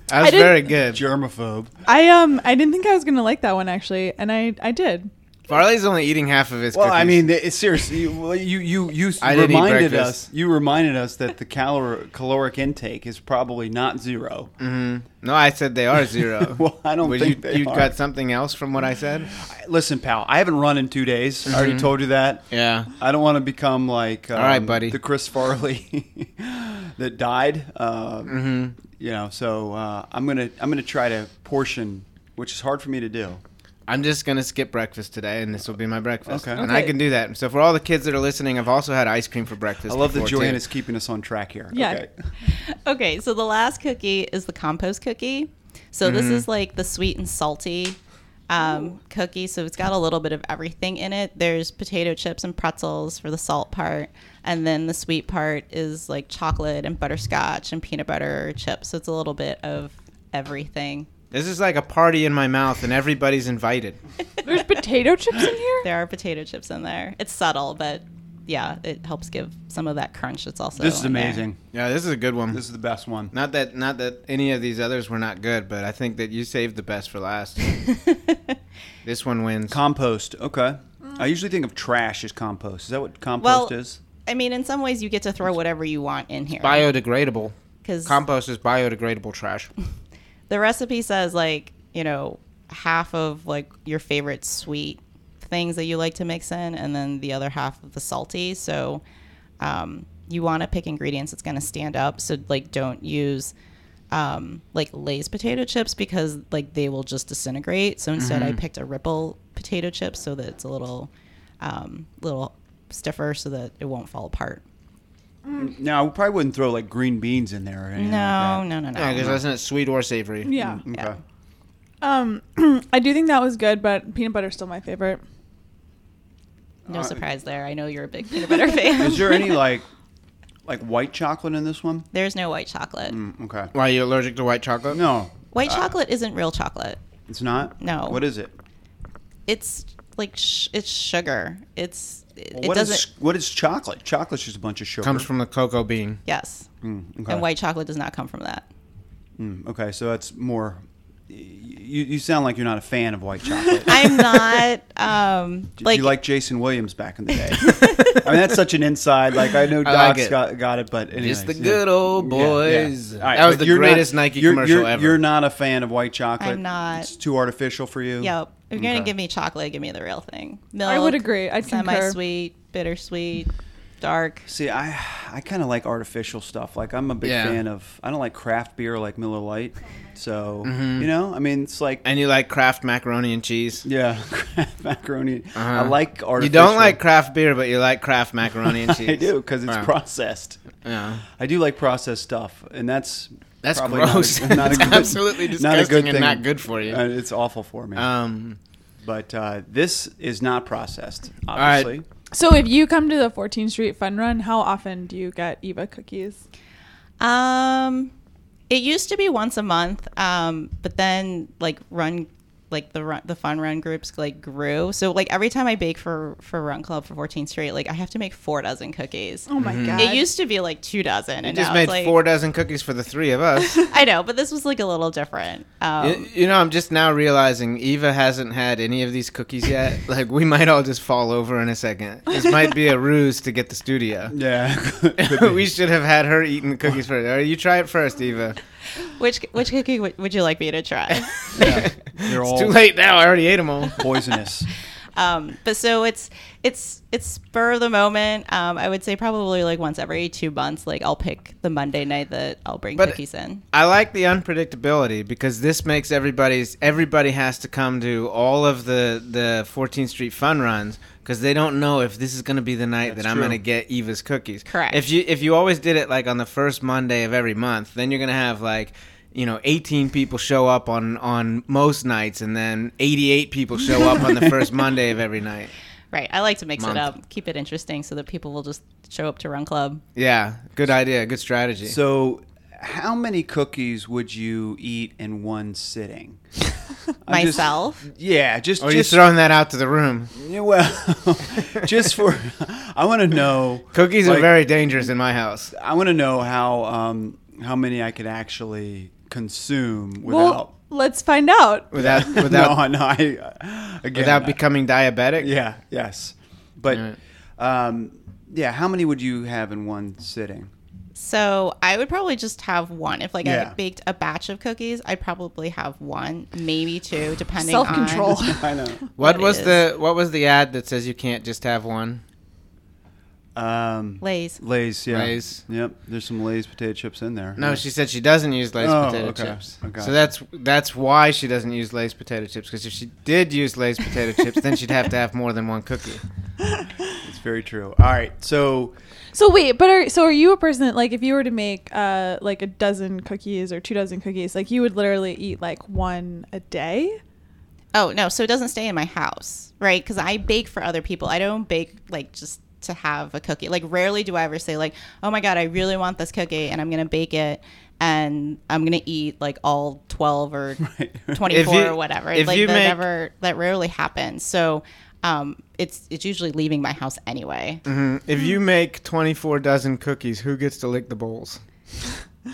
C: That was
B: didn't-
C: very good.
A: Germaphobe.
B: I um I didn't think I was gonna like that one actually, and I I did.
C: Farley's only eating half of his.
A: Well,
C: cookies.
A: I mean, it, it's seriously, you well, you you, you s-
C: I didn't eat
A: reminded
C: breakfast.
A: us. You reminded us that the calor, caloric intake is probably not 0
C: Mm. no, I said they are zero.
A: [LAUGHS] Well, I don't
C: Would
A: think
C: you,
A: they
C: you
A: are.
C: got something else from what I said.
A: I- Listen, pal, I haven't run in two days. I already told you that.
C: Yeah.
A: I don't want to become like um,
C: Mm-hmm. right, buddy.
A: the Chris Farley [LAUGHS] that died. Um,
C: Mm-hmm.
A: You know, so uh, I'm gonna I'm gonna try to portion, which is hard for me to do.
C: I'm just gonna skip breakfast today, and this will be my breakfast.
A: Okay.
C: And I
B: Okay.
C: can do that. So for all the kids that are listening, I've also had ice cream for breakfast.
A: I love that
C: before, too.
A: Joanna's keeping us on track here.
B: Yeah.
D: Okay, so the last cookie is the compost cookie. So this
A: Mm-hmm.
D: is like the sweet and salty um, cookie. So it's got a little bit of everything in it. There's potato chips and pretzels for the salt part, and then the sweet part is like chocolate and butterscotch and peanut butter chips. So it's a little bit of everything.
C: This is like a party in my mouth, and everybody's invited.
B: There's potato chips in here.
D: There are potato chips in there. It's subtle, but yeah, it helps give some of that crunch. That's also
A: This is
D: in there.
A: amazing.
C: Yeah, this is a good one.
A: This is the best one.
C: Not that not that any of these others were not good, but I think that you saved the best for last. this one wins.
A: Compost. Okay. I usually think of trash as compost. Is that what
D: Well,
A: compost is?
D: I mean, in some ways, you get to throw whatever you want in here.
C: biodegradable.
D: 'Cause-
C: Compost is
A: [LAUGHS]
C: biodegradable trash.
D: the recipe says like you know half of like your favorite sweet things that you like to mix in and then the other half of the salty so um, you want to pick ingredients that's going to stand up so like don't use um, like lay's potato chips because like they will just disintegrate so instead i picked a ripple potato chip so that it's a little um, little stiffer so that it won't fall apart
A: No, I probably wouldn't throw like green beans in there or anything.
D: no
A: like
D: no no no
C: Yeah, because that's not sweet or savory.
B: Yeah.
A: that.
D: Yeah.
A: Okay.
B: Um, [CLEARS THROAT] I do think that was good, but peanut butter's still my favorite.
D: no
A: Uh,
D: surprise there i know you're a big peanut butter fan
A: Is there
D: [LAUGHS]
A: any like like white chocolate in this one?
D: there's no white chocolate
A: Mm, okay.
C: Why are you allergic to white chocolate?
A: No,
D: White chocolate isn't real chocolate.
A: it's not.
D: No.
A: What is it?
D: It's like sh- it's sugar. It's it,
A: Well,
D: it
A: what is-
D: doesn't.
A: what is chocolate? Chocolate's just a bunch of sugar.
C: Comes from the cocoa bean.
D: yes,
A: Mm, okay.
D: and white chocolate does not come from that.
A: Mm, okay, so that's more. You, you sound like you're not a fan of white
D: [LAUGHS]
A: chocolate. [LAUGHS]
D: I'm not um
A: Did
D: like,
A: you like Jason Williams back in the
D: [LAUGHS]
A: day? [LAUGHS] I mean, that's such an inside. Like
C: [LAUGHS]
A: I know Doc's
C: like it.
A: got, got it, but anyways,
C: Just the
A: yeah.
C: good old
A: Yeah, yeah.
C: boys.
A: All right,
C: that was
A: but
C: the
A: you're not-
C: greatest Nike
A: you're-
C: commercial
A: you're-
C: ever.
A: You're not a fan of white chocolate.
D: I'm not.
A: It's too artificial for you.
D: Yep. If you're
A: Okay.
D: gonna give me chocolate, give me the real thing. Milk.
B: I would agree. I'd concur.
D: Semi-sweet, bittersweet, dark.
A: See, I I kind of like artificial stuff. Like I'm a big
C: Yeah.
A: fan of. I don't like craft beer like Miller Lite. So you know, I mean, it's like
C: Mm-hmm. and you like Kraft macaroni and cheese. Uh-huh.
A: yeah, [LAUGHS] Kraft macaroni. I like artificial.
C: You don't like Kraft beer, but you like Kraft macaroni and cheese.
A: [LAUGHS] I do because it's
C: Wow.
A: processed.
C: Yeah.
A: I do like processed stuff, and that's
C: That's
A: probably [LAUGHS]
C: gross.
A: Not a, not a
C: It's
A: good,
C: absolutely
A: not a good
C: disgusting and
A: thing.
C: not good for you.
A: Uh, it's awful for me.
C: Um,
A: but uh, this is not processed,
C: right.
A: obviously.
B: So if you come to the 14th Street Fun Run, how often do you get Eva cookies?
D: Um, it used to be once a month, um, but then like run, like the run, the fun run groups like grew. So like every time I bake for for Run Club for 14th Street, like I have to make four dozen cookies.
B: Oh my god!
D: It used to be like two dozen, and
C: you just
D: now
C: made
D: it's like,
C: four dozen cookies for the three of
D: [LAUGHS]
C: us.
D: I know, but this was like a little different. Um,
C: Y- you know, I'm just now realizing Eva hasn't had any of these
A: [LAUGHS]
C: cookies yet. like, we might all just fall over in a second. This
A: [LAUGHS]
C: might be a ruse to get the studio.
A: Yeah. [LAUGHS] Could be.
C: [LAUGHS] we should have had her eating the
A: [LAUGHS]
C: cookies first. All right, you try it first, Eva.
D: which which cookie would, would you like me
C: [LAUGHS]
D: to try?
A: They're
C: It's too
A: all
C: late now. I already ate them
A: [LAUGHS]
C: all.
A: poisonous.
D: um, but so it's it's it's spur of the moment. Um, I would say probably like once every two months. Like I'll pick the Monday night that I'll bring
C: But-
D: cookies in.
C: I like the unpredictability because this makes everybody's everybody has to come to all of the the 14th Street fun runs because they don't know if this is going to be the night that I'm
A: true.
C: going to get Eva's cookies.
D: Correct.
C: If you if you always did it like on the first Monday of every month, then you're going to have like you know 18 people show up on on most nights and then 88 people show up on the first Monday of every night.
D: Right. I like to mix
C: month.
D: it up, keep it interesting so that people will just show up to Run Club.
C: Yeah, good idea, good strategy.
A: So, how many cookies would you eat in one sitting? I'm just-
D: Myself.
A: yeah, just
C: or Oh, you
A: just
C: throwing that out to the room.
A: yeah, [LAUGHS] well, [LAUGHS] just for [LAUGHS] I want to know
C: Cookies
A: like,
C: are very dangerous in my house.
A: I want to know how um, how many I could actually consume without.
B: well, Let's find out.
C: without [LAUGHS] without
A: [LAUGHS] no, no, I, again,
C: without becoming diabetic.
A: yeah, yes, but
C: All right.
A: um, yeah, how many would you have in one sitting?
D: So I would probably just have one. If like
A: Yeah.
D: I baked a batch of cookies, I'd probably have one, maybe two, depending
B: Self control.
D: on
A: [LAUGHS] I know.
C: What
D: That
C: was
D: is-
C: the what was the ad that says you can't just have one?
A: Um,
D: Lays.
A: Lay's, yeah,
C: Lay's.
A: Yep, there's some Lay's potato chips in there.
C: No, she said she doesn't use Lay's
A: Oh,
C: potato
A: okay.
C: chips.
A: I gotcha.
C: So that's that's why she doesn't use Lay's potato chips. Because if she did use Lay's potato chips, then she'd have to have more than one cookie.
A: it's very true. All right, so
B: So wait, but are so are you a person that like if you were to make uh like a dozen cookies or two dozen cookies, like you would literally eat like one a day?
D: Oh no, so it doesn't stay in my house, right? Because I bake for other people. I don't bake like just to have a cookie. Like rarely do I ever say like, "Oh my god, I really want this cookie," and I'm gonna bake it, and I'm gonna eat like all twelve
C: [LAUGHS]
D: or
C: If
D: twenty-four
C: you-
D: or whatever.
C: if
D: like
C: you
D: that
C: make-
D: never that rarely happens. So um, it's it's usually leaving my house anyway.
C: Mm-hmm. If you make twenty four dozen cookies, who gets to lick the bowls?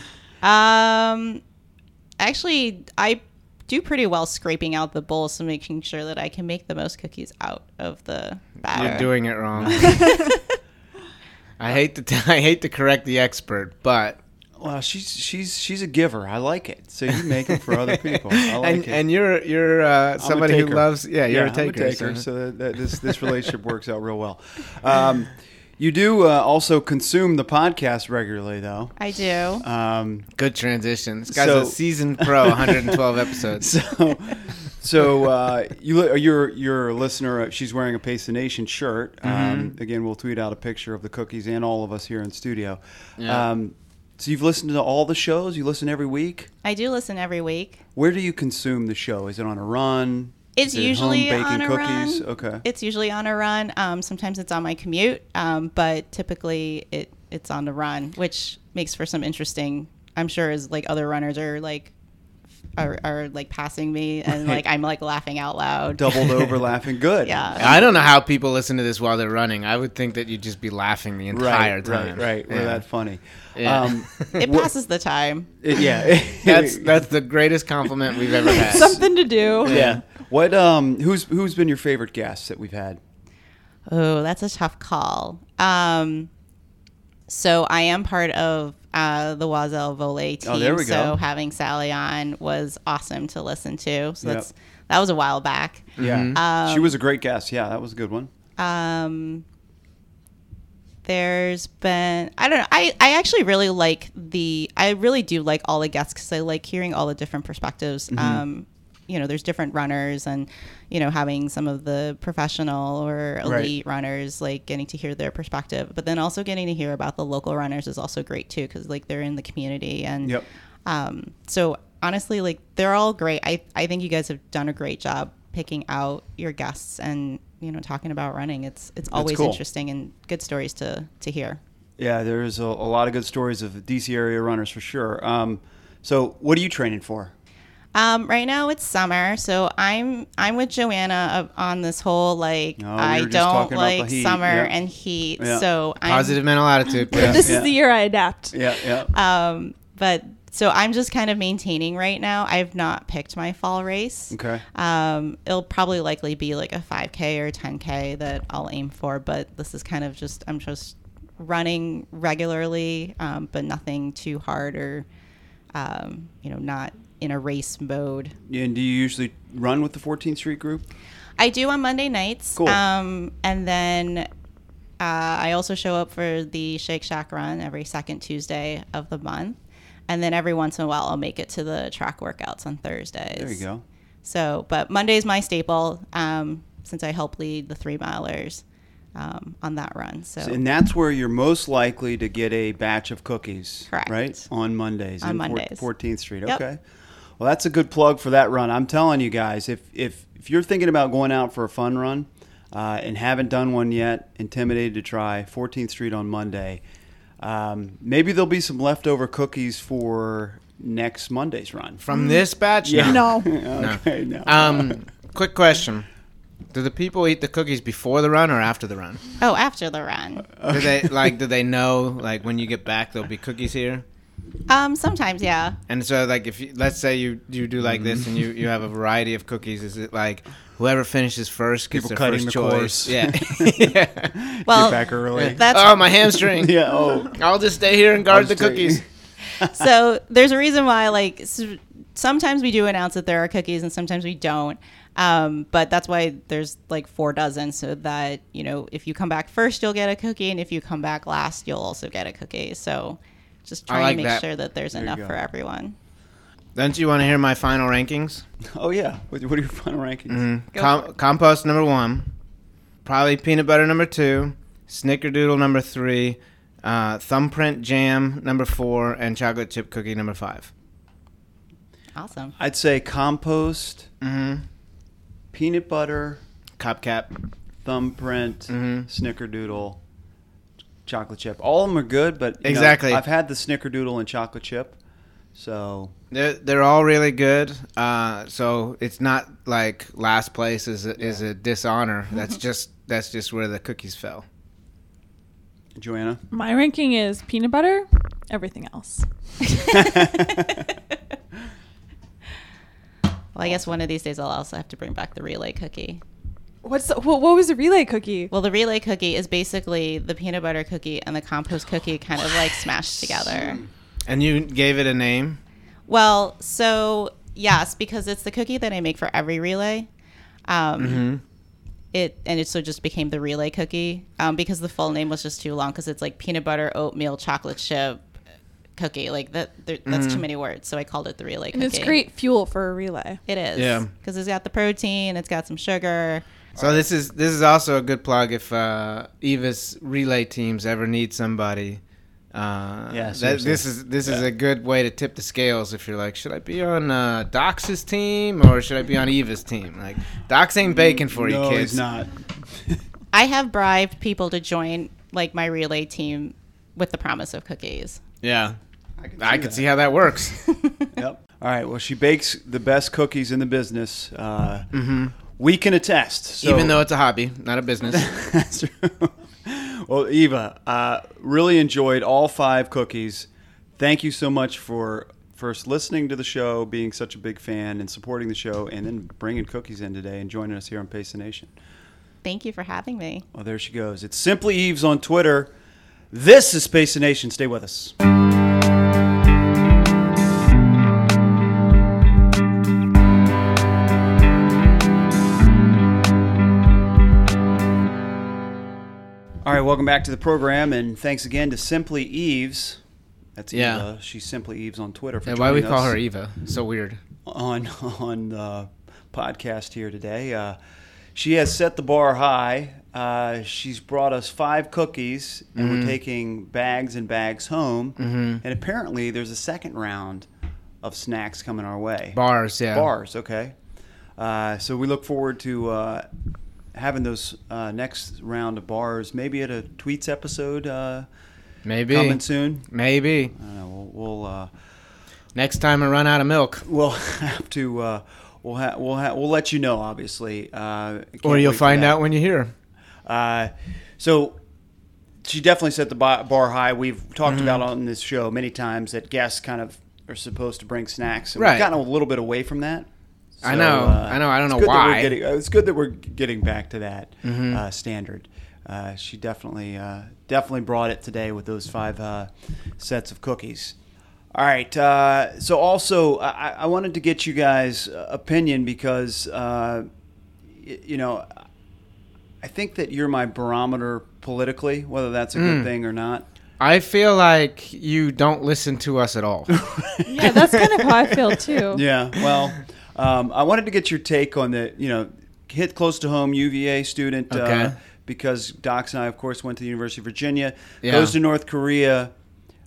C: Mm-hmm.
D: Um, actually, I do pretty well scraping out the bowl, so making sure that I can make the most cookies out of the batter.
C: You're doing it wrong. I hate to t- [LAUGHS] I hate to correct the expert, but
A: well, she's she's she's a giver. I like it. So you make it for
C: [LAUGHS]
A: other people. I like
C: and
A: it.
C: and you're you're uh,
A: I'm a
C: somebody who
A: taker.
C: loves yeah you're
A: I'm
C: a taker. so-
A: so that, that this this relationship works out real well. Um, you do uh, also consume the podcast regularly, though.
D: I do.
A: Um,
C: Good transition. This guy's
A: So- [LAUGHS]
C: a seasoned pro, 112 episodes.
A: so, so uh, you li- you're you're a listener. uh, She's wearing a Pace the Nation shirt. Um, Again, we'll tweet out a picture of the cookies and all of us here in studio.
C: Yeah.
A: Um, so you've listened to all the shows. You listen every week.
D: I do listen every week.
A: Where do you consume the show? Is it on a run? Is
D: It's
A: it at
D: usually
A: home baking
D: on a
A: cookies.
D: run.
A: Okay.
D: It's usually on a run. Um, sometimes it's on my commute, um, but typically it it's on the run, which makes for some interesting. I'm sure is like other runners are like are, are like passing me, and like I'm like laughing out loud.
A: Doubled over
D: [LAUGHS]
A: laughing. Good.
D: Yeah.
A: [LAUGHS]
C: I don't know how people listen to this while they're running. I would think that you'd just be laughing the entire
A: right,
C: time.
A: Right, right.
C: Yeah.
A: We're that funny.
C: Yeah. [LAUGHS]
A: Um,
D: It passes the time.
A: it- yeah.
C: that's
A: [LAUGHS]
C: that's the greatest compliment we've ever had.
B: Something to do.
A: yeah. What um who's who's been your favorite guest that we've had?
D: Oh, that's a tough call. Um, so I am part of uh, the Wazel Volley team.
A: Oh, there we go.
D: So having Sally on was awesome to listen to. So
A: Yep.
D: that's that was a while back.
A: Yeah.
C: Mm-hmm.
A: she was a great guest. Yeah, that was a good one.
D: Um, there's been I don't know I I actually really like the I really do like all the guests because I like hearing all the different perspectives.
A: Mm-hmm.
D: Um, you know, there's different runners and you know having some of the professional or
A: Right.
D: elite runners like getting to hear their perspective, but then also getting to hear about the local runners is also great too because like they're in the community and
A: Yep.
D: um, so honestly, like they're all great. I, I think you guys have done a great job picking out your guests and you know talking about running. It's it's always
A: cool.
D: interesting and good stories to to hear.
A: Yeah, there's a, a lot of good stories of DC area runners for sure. Um, so what are you training for?
D: Um, right now it's summer, so I'm I'm with Joanna of, on this whole like
A: Oh, we were
D: I
A: just
D: don't
A: talking about the
D: like
A: heat.
D: summer
A: Yeah.
D: and heat.
A: Yeah.
D: So I'm,
C: Positive mental attitude. please.
B: This
A: Yeah.
B: is the year I adapt.
A: Yeah, yeah.
D: Um, but so I'm just kind of maintaining right now. I've not picked my fall race.
A: okay.
D: Um, it'll probably likely be like a 5K or 10K that I'll aim for, but this is kind of just, I'm just running regularly, um, but nothing too hard or, um, you know, not in a race mode.
A: And do you usually run with the 14th Street group?
D: I do on Monday nights.
A: Cool.
D: Um, and then uh, I also show up for the Shake Shack run every second Tuesday of the month. And then every once in a while, I'll make it to the track workouts on Thursdays.
A: There you go.
D: So, but Monday's my staple um, since I help lead the three milers um, on that run. So,
A: And that's where you're most likely to get a batch of cookies,
D: Correct.
A: right? On Mondays,
D: On
A: in
D: Mondays.
A: Fourteenth Street.
D: Yep.
A: Okay. Well, that's a good plug for that run. I'm telling you guys, if if if you're thinking about going out for a fun run uh, and haven't done one yet, intimidated to try Fourteenth Street on Monday, um, maybe there'll be some leftover cookies for next Monday's run. [LAUGHS]
C: From this batch?
A: Yeah.
B: No.
A: okay, no.
C: Um, quick question. Do the people eat the cookies before the run or after the run?
D: oh, after the run.
C: Do they like? Do they know like when you get back there'll be cookies here?
D: Um, sometimes, yeah.
C: And so, like, if you, let's say you you do like this, and you
A: [LAUGHS]
C: you have a variety of cookies, is it like whoever finishes first gets
A: People
C: their
A: cutting
C: first
A: the
C: choice?
A: course.
C: Yeah.
A: [LAUGHS]
C: yeah.
D: Well,
A: back early.
D: that's
C: oh, my
A: [LAUGHS]
C: hamstring.
A: Yeah. Oh.
C: I'll just stay here and guard
A: I'll
C: the
A: stay-
C: cookies.
D: so there's a reason why like s- sometimes we do announce that there are cookies and sometimes we don't um, but that's why there's like four dozen so that you know if you come back first you'll get a cookie and if you come back last you'll also get a cookie so just
C: I
D: try
C: like
D: and make
C: that.
D: sure that there's
A: you
D: enough
A: go.
D: for everyone
C: Don't you want to hear my final rankings?
A: Oh yeah. What, what are your final rankings?
C: Mm-hmm.
B: Go
C: Com- compost number one, probably peanut butter number two, snickerdoodle number three, uh, thumbprint jam number four, and chocolate chip cookie number five. [LAUGHS]
D: awesome
A: I'd say compost,
C: Mm-hmm.
A: peanut butter,
C: Cop cap.
A: thumbprint,
C: Mhm.
A: snickerdoodle, chocolate chip. All of them are good, but you know,
C: Exactly.
A: I've had the snickerdoodle and chocolate chip, so
C: They're, they're all really good. Uh, so it's not like last place is a, is
A: [LAUGHS]
C: a dishonor. That's just that's just where the cookies fell.
A: Joanna.
B: My ranking is peanut butter, everything else.
D: well i guess one of these days i'll also have to bring back the relay cookie
B: What's the, what, what was the relay cookie?
D: well the relay cookie is basically the peanut butter cookie and the compost cookie kind of like smashed together
C: And you gave it a name.
D: Well, so yes, because it's the cookie that I make for every relay. Um, It and it so just became the relay cookie um, because the full name was just too long because it's like peanut butter oatmeal chocolate chip cookie like that. There, that's too many words, so I called it the relay
B: And
D: cookie.
B: it's great fuel for a relay.
D: It is.
C: Yeah.
D: because it's got the protein, it's got some sugar.
C: So this is this is also a good plug if uh, Eva's relay teams ever need somebody. Uh,
A: Yeah,
C: that,
A: seriously.
C: this is this is a good way to tip the scales if you're like, should I be on uh, Doc's team or should I be on Eva's team? Like, Dox ain't baking for you,
A: no,
C: kids.
A: it's not.
D: I have bribed people to join like my relay team with the promise of cookies.
C: Yeah,
A: I can
C: I could see how that works.
A: Yep. All right. Well, she bakes the best cookies in the business. Uh, We can attest. [LAUGHS] So
C: Mm-hmm. Even though it's a hobby, not a business.
A: That's true. Well, Eva, uh, really enjoyed all five cookies. Thank you so much for first listening to the show, being such a big fan, and supporting the show, and then bringing cookies in today and joining us here on Pace the Nation.
D: Thank you for having me.
A: Well, Oh, there she goes. It's Simply Eves on Twitter. This is Pace the Nation. Stay with us. All right, welcome back to the program, and thanks again to Simply Eves. That's
C: Yeah.
A: Eva. She's Simply Eves on Twitter. For
C: And why we
A: joining
C: call
A: us
C: her Eva? So weird.
A: on [LAUGHS] on the podcast here today. Uh, she has set the bar high. Uh, she's brought us five cookies, and we're taking bags and bags home. And apparently, there's a second round of snacks coming our way.
C: Bars, yeah.
A: Bars, okay. Uh, so we look forward to uh, having those uh, next round of bars, maybe at a tweets episode uh,
C: Maybe.
A: coming soon.
C: Maybe.
A: I don't know. We'll, we'll uh,
C: Next time I run out of milk.
A: We'll [LAUGHS] have to. Uh, we'll ha- we'll ha- we'll let you know, obviously. Uh,
C: Or you'll find out when you hear.
A: Uh, so she definitely set the ba- bar high. We've talked
C: Mm-hmm.
A: about on this show many times that guests kind of are supposed to bring snacks. And
C: Right.
A: We've gotten a little bit away from that.
C: I
A: So,
C: know.
A: uh,
C: I know. I don't
A: it's
C: know
A: good that we're
C: why. Mm-hmm.
A: Getting, uh, it's good that we're getting back to that uh, standard. Uh, she definitely uh, definitely brought it today with those five uh, sets of cookies. All right. Uh, so also, I, I wanted to get you guys' uh, opinion because uh, y- you know I think that you're my barometer politically, whether that's a
C: Mm.
A: good thing or not.
C: I feel like you don't listen to us
A: [LAUGHS]
C: at all.
B: Yeah, that's kind of how I feel too.
A: Yeah.
C: [LAUGHS]
A: Well, um, I wanted to get your take on the, you know, hit close to home UVA student uh,
C: Okay.
A: because Docs and I, of course, went to the University of Virginia.
C: Yeah.
A: Goes to North Korea,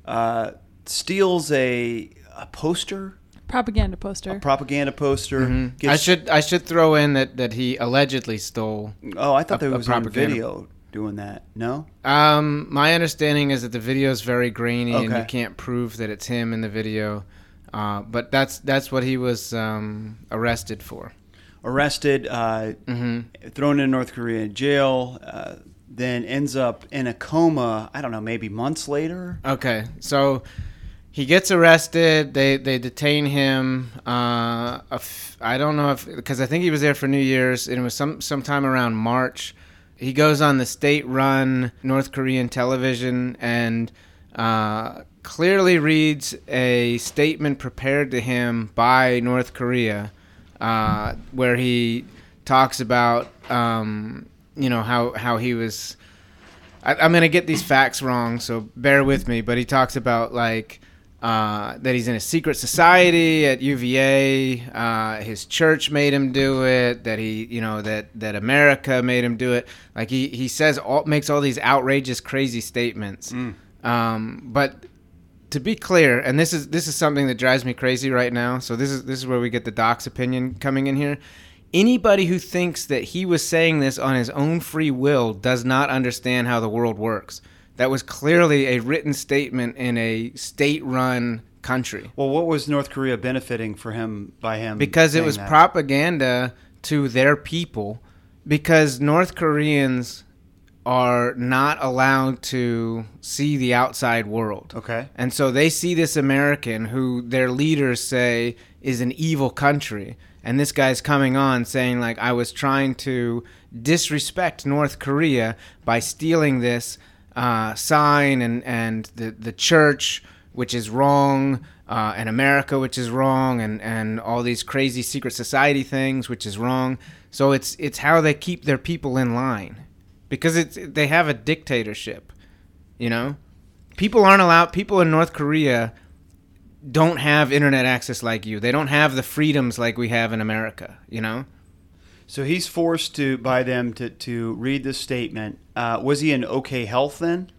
A: uh, steals a, a poster,
B: Propaganda poster.
A: propaganda poster.
C: Mm-hmm. I should I should throw in that, that he allegedly stole.
A: Oh, I thought
C: a-
A: there
C: a
A: was on
C: propaganda-
A: video doing that. No.
C: Um, my understanding is that the video is very grainy and
A: Okay.
C: you can't prove that it's him in the video. Uh, but that's that's what he was um, arrested for.
A: arrested, uh,
C: Mm-hmm.
A: thrown in North Korea jail, uh, then ends up in a coma. I don't know, maybe months later.
C: Okay, so he gets arrested. They they detain him. Uh, a f- I don't know if because I think he was there for New Year's, and it was some sometime around March. He goes on the state-run North Korean television and uh, clearly reads a statement prepared to him by North Korea, uh, where he talks about um, you know how how he was. I, I'm gonna get these facts wrong, so bear with me. But he talks about like uh, that he's in a secret society at UVA. Uh, his church made him do it. That he, you know, that that America made him do it. Like he he says, all, makes all these outrageous, crazy statements. Um, but to be clear, and this is this is something that drives me crazy right now. So this is this is where we get the doc's opinion coming in here. Anybody who thinks that he was saying this on his own free will does not understand how the world works. That was clearly a written statement in a state-run country
A: Well, what was North Korea benefiting for him by him?
C: because it
A: saying
C: was
A: that?
C: propaganda to their people because North Koreans are not allowed to see the outside world.
A: Okay.
C: And so they see this American who their leaders say is an evil country. And this guy's coming on saying, like, I was trying to disrespect North Korea by stealing this uh, sign and, and the, the church, which is wrong, uh, and America, which is wrong, and, and all these crazy secret society things, which is wrong. So it's, it's how they keep their people in line because it's, they have a dictatorship, you know? people aren't allowed people in north korea don't have internet access like you they don't have the freedoms like we have in america you know
A: So he's forced to by them to to read this statement. Uh, was he in okay health then?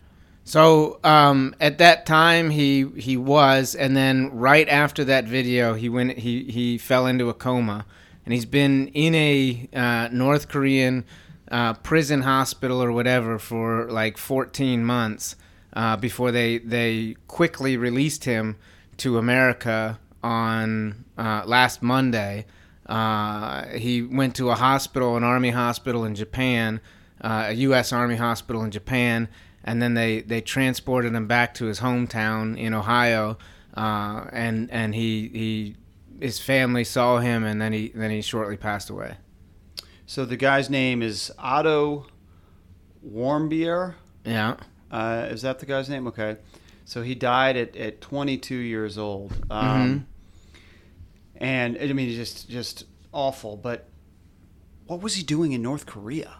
C: so um, at that time he he was and then right after that video he went he he fell into a coma and he's been in a uh, north korean uh, prison hospital or whatever for like 14 months uh, before they they quickly released him to America on uh, last Monday. Uh, he went to a hospital, an army hospital in Japan, uh, a U.S. Army hospital in Japan, and then they, they transported him back to his hometown in Ohio, uh, and and he he his family saw him, and then he then he shortly passed away.
A: So the guy's name is Otto Warmbier.
C: Yeah.
A: Uh, is that the guy's name? Okay. So he died at, at 22 years old. Um,
C: Mm-hmm.
A: And I mean, just just awful. But what was he doing in North Korea?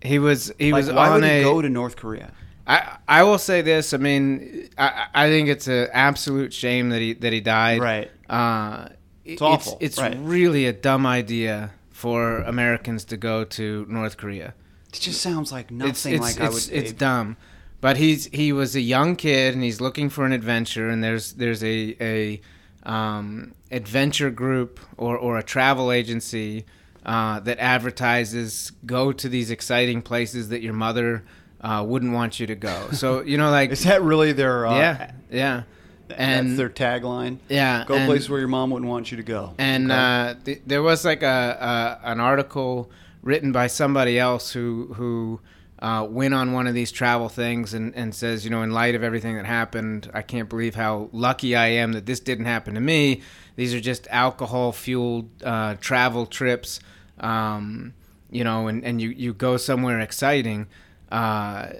C: He was he
A: Like,
C: was
A: why
C: on
A: would he
C: a
A: go to North Korea?
C: I I will say this. I mean, I I think it's an absolute shame that he that he died.
A: Right.
C: Uh, it's
A: awful.
C: It's,
A: Right.
C: really a dumb idea for Americans to go to North Korea.
A: It just sounds like nothing
C: It's it's
A: like
C: it's,
A: I would.
C: it's dumb. But he's he was a young kid and he's looking for an adventure and there's there's a a um, adventure group or or a travel agency uh, that advertises go to these exciting places that your mother uh, wouldn't want you to go. So you know
A: [LAUGHS]
C: like
A: is that really their? Uh,
C: yeah, yeah,
A: And
C: and
A: that's their tagline.
C: yeah,
A: Go
C: and,
A: place where your mom wouldn't want you to go.
C: and uh, th- there was like a, a an article written by somebody else who who uh, went on one of these travel things and, and says, you know, in light of everything that happened, I can't believe how lucky I am that this didn't happen to me. These are just alcohol fueled uh, travel trips, um, you know, and, and you, you go somewhere exciting. Uh,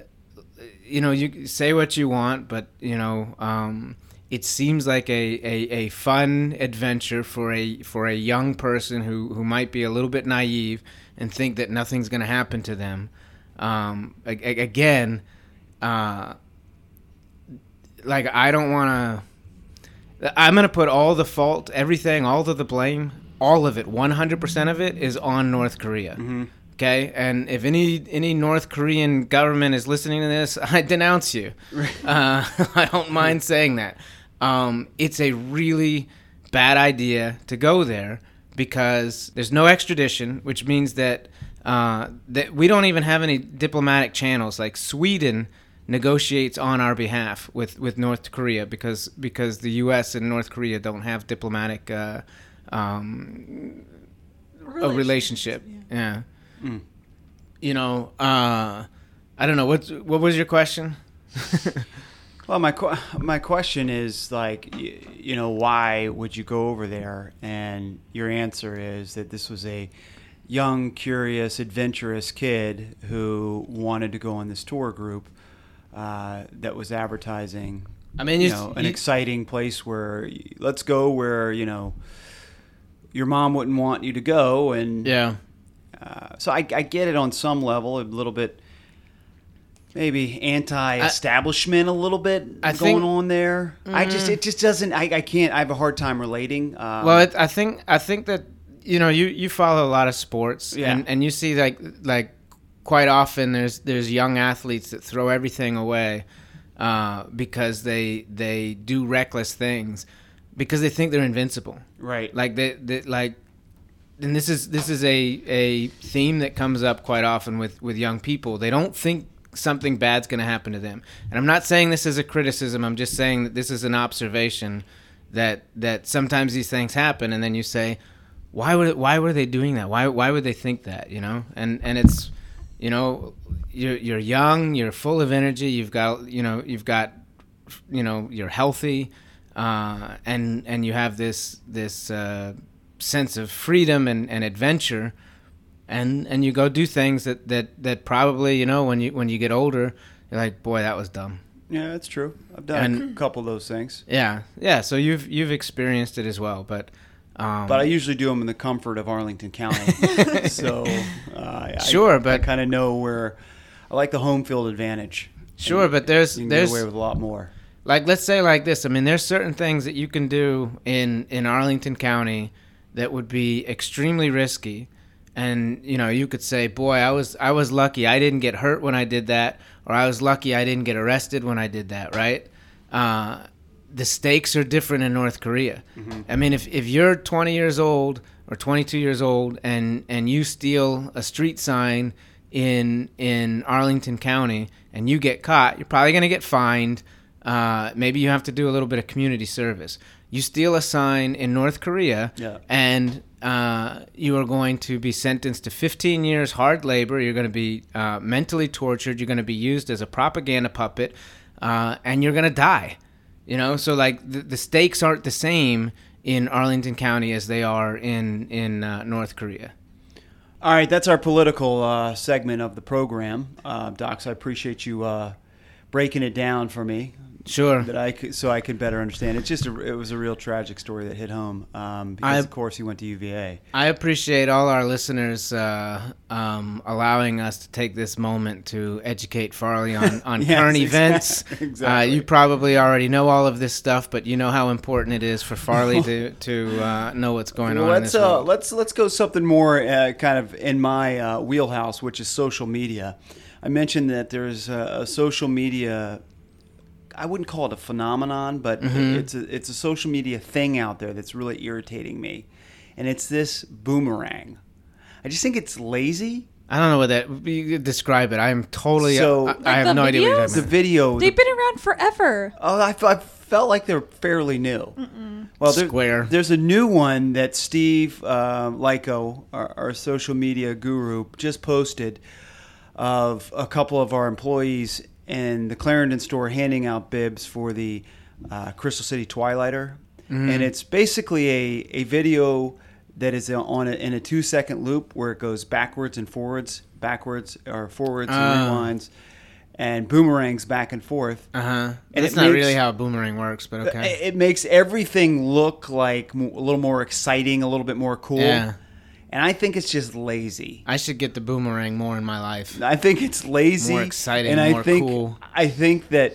C: you know, you say what you want, but you know, um, it seems like a, a, a fun adventure for a for a young person who, who might be a little bit naive and think that nothing's going to happen to them. Um, a- a- again, uh, like I don't want to. I'm going to put all the fault, everything, all of the blame, all of it, 100% of it is on North Korea. Okay, and if any any North Korean government is listening to this, [LAUGHS] I denounce you. Uh, [LAUGHS] I don't mind saying that. Um, it's a really bad idea to go there because there's no extradition, which means that uh, that we don't even have any diplomatic channels. Like Sweden negotiates on our behalf with, with North Korea because because the U.S. and North Korea don't have diplomatic uh, um, a relationship. Yeah. You know, uh, I don't know what what was your question.
A: Well, my qu- my question is like, y- you know, why would you go over there? And your answer is that this was a young, curious, adventurous kid who wanted to go on this tour group uh, that was advertising.
C: I mean,
A: you
C: it's-
A: know, an
C: you-
A: exciting place where y- let's go where you know your mom wouldn't want you to go, and
C: [LAUGHS] Yeah.
A: uh, so I, I get it on some level, a little bit maybe anti-establishment a little bit
C: I
A: going
C: think- Mm-hmm.
A: on there. I just it just doesn't. I, I can't. I have a hard time relating. Um,
C: Well, it, I think I think that you know you, you follow a lot of sports,
A: Yeah.
C: and, and you see like like quite often there's there's young athletes that throw everything away uh, because they they do reckless things because they think they're invincible.
A: right.
C: Like they, they like and this is this is a a theme that comes up quite often with with young people. They don't think something bad's going to happen to them. And I'm not saying this is a criticism. I'm just saying that this is an observation that that sometimes these things happen and then you say why would why were they doing that? Why why would they think that, you know? And and it's you know you're you're young, you're full of energy, you've got you know you've got you know you're healthy uh, and and you have this this uh, sense of freedom and, and adventure and and you go do things that, that that probably you know when you when you get older you're like boy that was dumb
A: yeah, that's true. I've done a
C: And-
A: couple of those things,
C: yeah yeah so you've you've experienced it as well but um,
A: but I usually do them in the comfort of Arlington
C: [LAUGHS]
A: County. so uh, I-
C: Sure,
A: I,
C: but-
A: kind of know where I like the home field advantage.
C: sure but there's
A: You can
C: there's
A: get away with a lot more.
C: like let's say like this i mean there's certain things that you can do in in arlington county that would be extremely risky and you know you could say boy i was i was lucky i didn't get hurt when i did that or i was lucky i didn't get arrested when i did that right uh, the stakes are different in north korea i mean if, if you're 20 years old or 22 years old and and you steal a street sign in in arlington county and you get caught you're probably going to get fined uh, maybe you have to do a little bit of community service. You steal a sign in North Korea,
A: Yeah.
C: and uh, you are going to be sentenced to 15 years hard labor. You're going to be uh, mentally tortured. You're going to be used as a propaganda puppet, uh, and you're going to die. You know, so like the, the stakes aren't the same in Arlington County as they are in in uh, North Korea.
A: All right, that's our political uh, segment of the program, uh, Docs. I appreciate you uh, breaking it down for me.
C: Sure.
A: that I could, so I could better understand. It's just a, it was a real tragic story that hit home um, because
C: I-
A: of course he went to UVA.
C: I appreciate all our listeners uh, um, allowing us to take this moment to educate
A: [LAUGHS]
C: Farley on, on
A: Yes,
C: current
A: exac- [LAUGHS]
C: events.
A: exactly.
C: Uh, you probably already know all of this stuff, but you know how important it is for Farley to, to uh, know what's going on. in
A: let's
C: this
A: uh,
C: world.
A: let's let's go something more uh, kind of in my uh, wheelhouse, which is social media. I mentioned that there's a, a social media. I wouldn't call it a phenomenon, but it's a, it's a social media thing out there that's really irritating me, and it's this boomerang. I just think it's lazy.
C: I don't know what that. You could describe it. I am totally.
A: So-
C: I, I
A: Like
C: have
B: the
C: no idea what
A: The
C: you
A: video, the
B: They've been around forever.
A: Oh, I, fe- I felt like they're fairly new. Well, there-
C: Square.
A: There's a new one that Steve uh, Lyko, our, our social media guru, just posted of a couple of our employees in the Clarendon store handing out bibs for the uh, Crystal City Twilighter,
C: Mm-hmm.
A: and it's basically a a video that is on a, in a two second loop where it goes backwards and forwards, backwards or forwards
C: Ah.
A: and rewinds. And boomerangs back and forth.
C: Uh huh.
A: And
C: That's
A: it
C: not
A: makes-
C: really how a boomerang works, but okay.
A: It- It makes everything look like mo- a little more exciting, a little bit more cool.
C: Yeah.
A: And I think it's just lazy.
C: I should get the boomerang more in my life.
A: I think it's lazy,
C: More exciting,
A: and I
C: more
A: think
C: cool.
A: I think that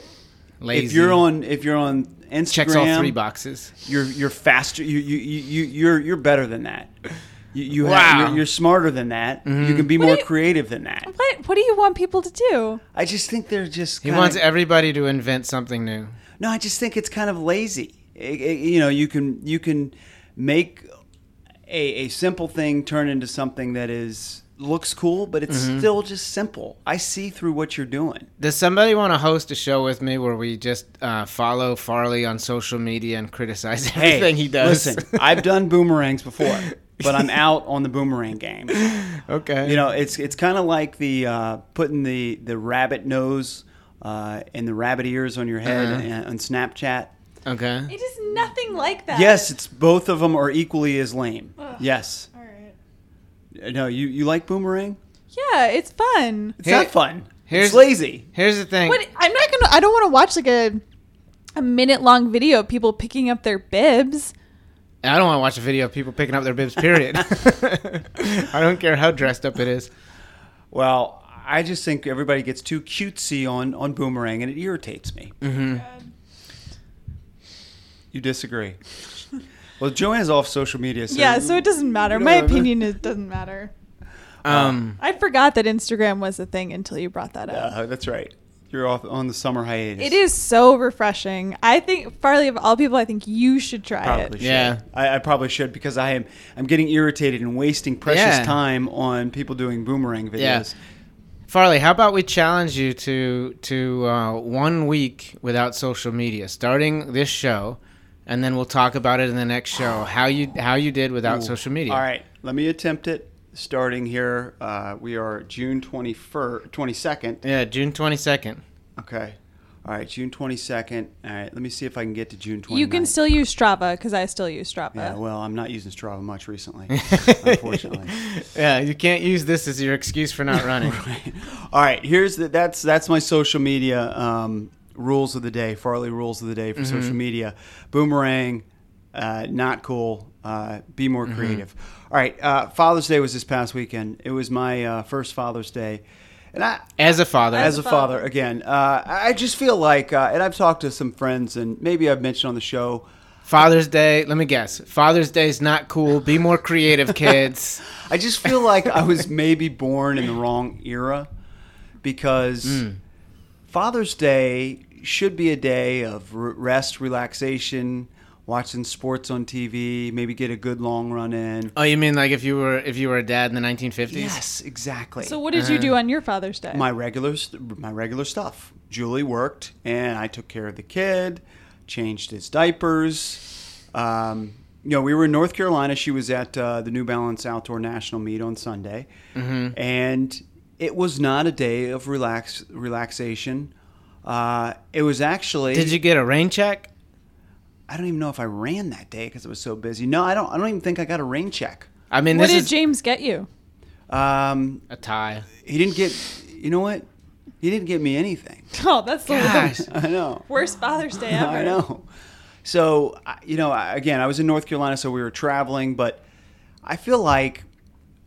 C: Lazy.
A: if you're on if you're on Instagram,
C: checks all three boxes.
A: you're you're faster. You you you you- you're you're better than that. You, you
C: Wow. Mm-hmm.
A: have, you're, you're smarter than that. You can be
B: do
A: more
B: you-
A: creative than that.
B: What What do you want people to do?
A: I just think they're just.
C: He
A: kinda-
C: wants everybody to invent something new.
A: No, I just think it's kind of lazy. It- it- you know, you can you can make a, a simple thing turn into something that is looks cool, but it's
C: Mm-hmm.
A: still just simple. I see through what you're doing.
C: Does somebody want to host a show with me where we just uh, follow Farley on social media and criticize everything he does?
A: Listen,
C: [LAUGHS]
A: I've done boomerangs before, but I'm out on the boomerang game.
C: okay.
A: You know, it's it's kind of like the uh, putting the the rabbit nose uh, and the rabbit ears on your head
C: Uh-huh.
A: and, on Snapchat.
C: Okay.
B: It is nothing like that.
A: Yes, it's both of them are equally as lame. Yes.
B: All right.
A: No, you, you like boomerang?
B: Yeah, it's fun.
A: It's
C: Hey,
A: not fun.
C: here's-
A: it's lazy.
C: Here's the thing.
B: But I'm not gonna. I don't want to watch like a a minute long video of people picking up their bibs.
C: I don't want to watch a video of people picking up their bibs. Period. [LAUGHS] I don't care how dressed up it is.
A: Well, I just think everybody gets too cutesy on, on boomerang, and it irritates me.
C: Mm-hmm.
A: You
B: [LAUGHS]
A: disagree. well, Joanne's off social media. So
B: yeah, so it doesn't matter.
A: you
B: My
A: know, the-
B: opinion is doesn't matter.
A: Uh.
C: Um,
B: I forgot that Instagram was a thing until you brought that up.
A: Uh, that's right. You're off on the summer hiatus.
B: It is so refreshing. I think Farley of all people, I think you should try
A: Probably should.
B: it.
C: Yeah.
A: I, I probably should because I am I'm getting irritated and wasting precious
C: Yeah.
A: time on people doing boomerang videos.
C: Yeah. Farley, how about we challenge you to to uh, one week without social media, starting this show, and then we'll talk about it in the next show. How you how you did without social media?
A: All right, let me attempt it. Starting here, uh, we are June 21st, 22nd.
C: Yeah, June twenty second.
A: Okay. All right, June 22nd. All right, let me see if I can get to June 29th.
B: You can still use Strava because I still use Strava.
A: Yeah, well, I'm not using Strava much
C: [LAUGHS]
A: recently, unfortunately. [LAUGHS]
C: Yeah, you can't use this as your excuse for not running.
A: All right, here's the, that's that's my social media um, rules of the day. Farley rules of the day for
C: Mm-hmm.
A: social media. Boomerang, uh, not cool. Uh, be
C: Mm-hmm.
A: more creative. All right, uh, Father's Day was this past weekend. It was my uh, first Father's Day, and I.
C: As a father,
A: As a
B: a
A: father,
B: father.
A: again, uh, I I just feel like, uh, and I've talked to some friends, and maybe I've mentioned on the show,
C: Father's Day. Let me guess. Father's Day is not cool. Be more creative, kids.
A: I just feel like I [LAUGHS] was maybe born in the wrong era because Father's Day should be a day of r- rest, relaxation, watching sports on TV, maybe get a good long run in.
C: oh, you mean like if you were if you were a dad in the nineteen fifties?
A: Yes, exactly.
B: So what did you do on your Father's Day?
A: Uh, my regular st- my regular stuff. Julie worked, and I took care of the kid, changed his diapers. Um, you know, we were in North Carolina. She was at uh, the New Balance Outdoor National Meet on Sunday,
C: Mm-hmm.
A: and it was not a day of relax relaxation. Uh, it was actually.
C: Did you get a rain check?
A: I don't even know if I ran that day because it was so busy. No, I don't. I don't even think I got a rain check.
C: I mean,
B: what
C: this
B: did
C: is
B: James get you? [LAUGHS]
A: Um,
C: a tie.
A: he didn't get. You know what? He didn't get me anything. [LAUGHS]
B: Oh, that's the
C: Gosh.
A: I know.
B: worst Father's Day ever.
A: I know. So, I- you know, I- again, I was in North Carolina, so we were traveling, but I feel like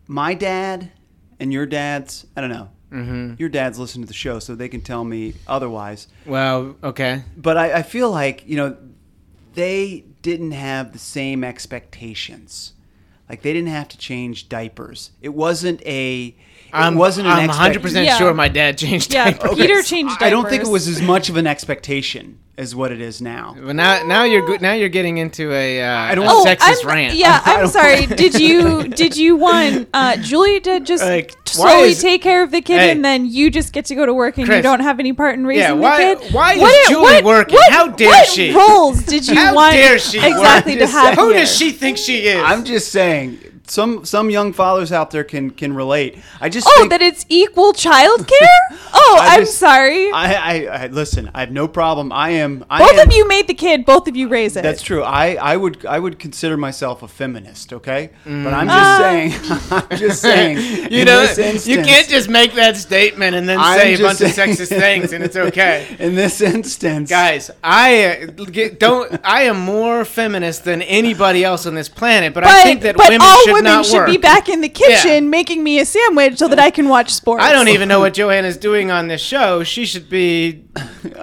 A: my dad and your dad's, I don't know, mm-hmm. your dad's listened to the show, so they can tell me otherwise.
C: [LAUGHS] Well, okay.
A: But I, I feel like, you know, they didn't have the same expectations. Like they didn't have to change diapers. It wasn't a. It
C: I'm
A: wasn't an
C: I'm
A: expect-
C: 100 percent
B: Yeah.
C: sure my dad changed
B: Yeah,
C: diapers.
B: Peter changed diapers.
A: I don't think it was as much of an expectation as what it is now.
C: [LAUGHS] But now, now you're go- now you're getting into a, uh,
A: don't-
C: a
A: Oh,
C: sexist
B: I'm,
C: rant. [LAUGHS]
B: Yeah,
A: I
B: I'm
A: don't-
B: sorry. Did you did you want uh, Julie to just
C: Like, why
B: slowly
C: is-
B: take care of the kid
C: Hey.
B: and then you just get to go to work and you
C: Chris.
B: don't have any part in raising
C: Yeah, why-
B: the kid?
C: why is Julie working? How dare
B: what
C: she?
B: roles did you
C: How
B: want
C: dare she?
B: exactly
A: work?
B: to have?
C: Who
B: here?
C: does she think she is?
A: I'm just saying some some young fathers out there can can relate. I just
B: Oh,
A: think,
B: that it's equal
C: [LAUGHS]
B: childcare? Oh,
A: I
B: I'm
A: just-
B: sorry.
A: I, I I listen. I have no problem. I am. I
B: both
A: am,
B: of you made the kid. Both of you raise it.
A: That's true. I I would I would consider myself a feminist. Okay, but I'm just
B: Ah.
A: saying. [LAUGHS] I'm just
C: [LAUGHS]
A: saying.
C: Mm. you
A: in
C: know,
A: this
C: you
A: instance-
C: can't just make that statement and then
A: I'm
C: say a bunch
A: just
C: of sexist
A: saying-
C: things and it's okay.
A: [LAUGHS] In this instance,
C: Guys, I uh, get, don't. I am more feminist than anybody else on this planet, but,
B: But,
C: I think that
B: but
C: women
B: all
C: should
B: women
C: not
B: should
C: work.
B: be back in the kitchen making me a sandwich so that I can watch sports.
C: I don't even know what Joanna's doing on this show. She should
A: [LAUGHS]
C: be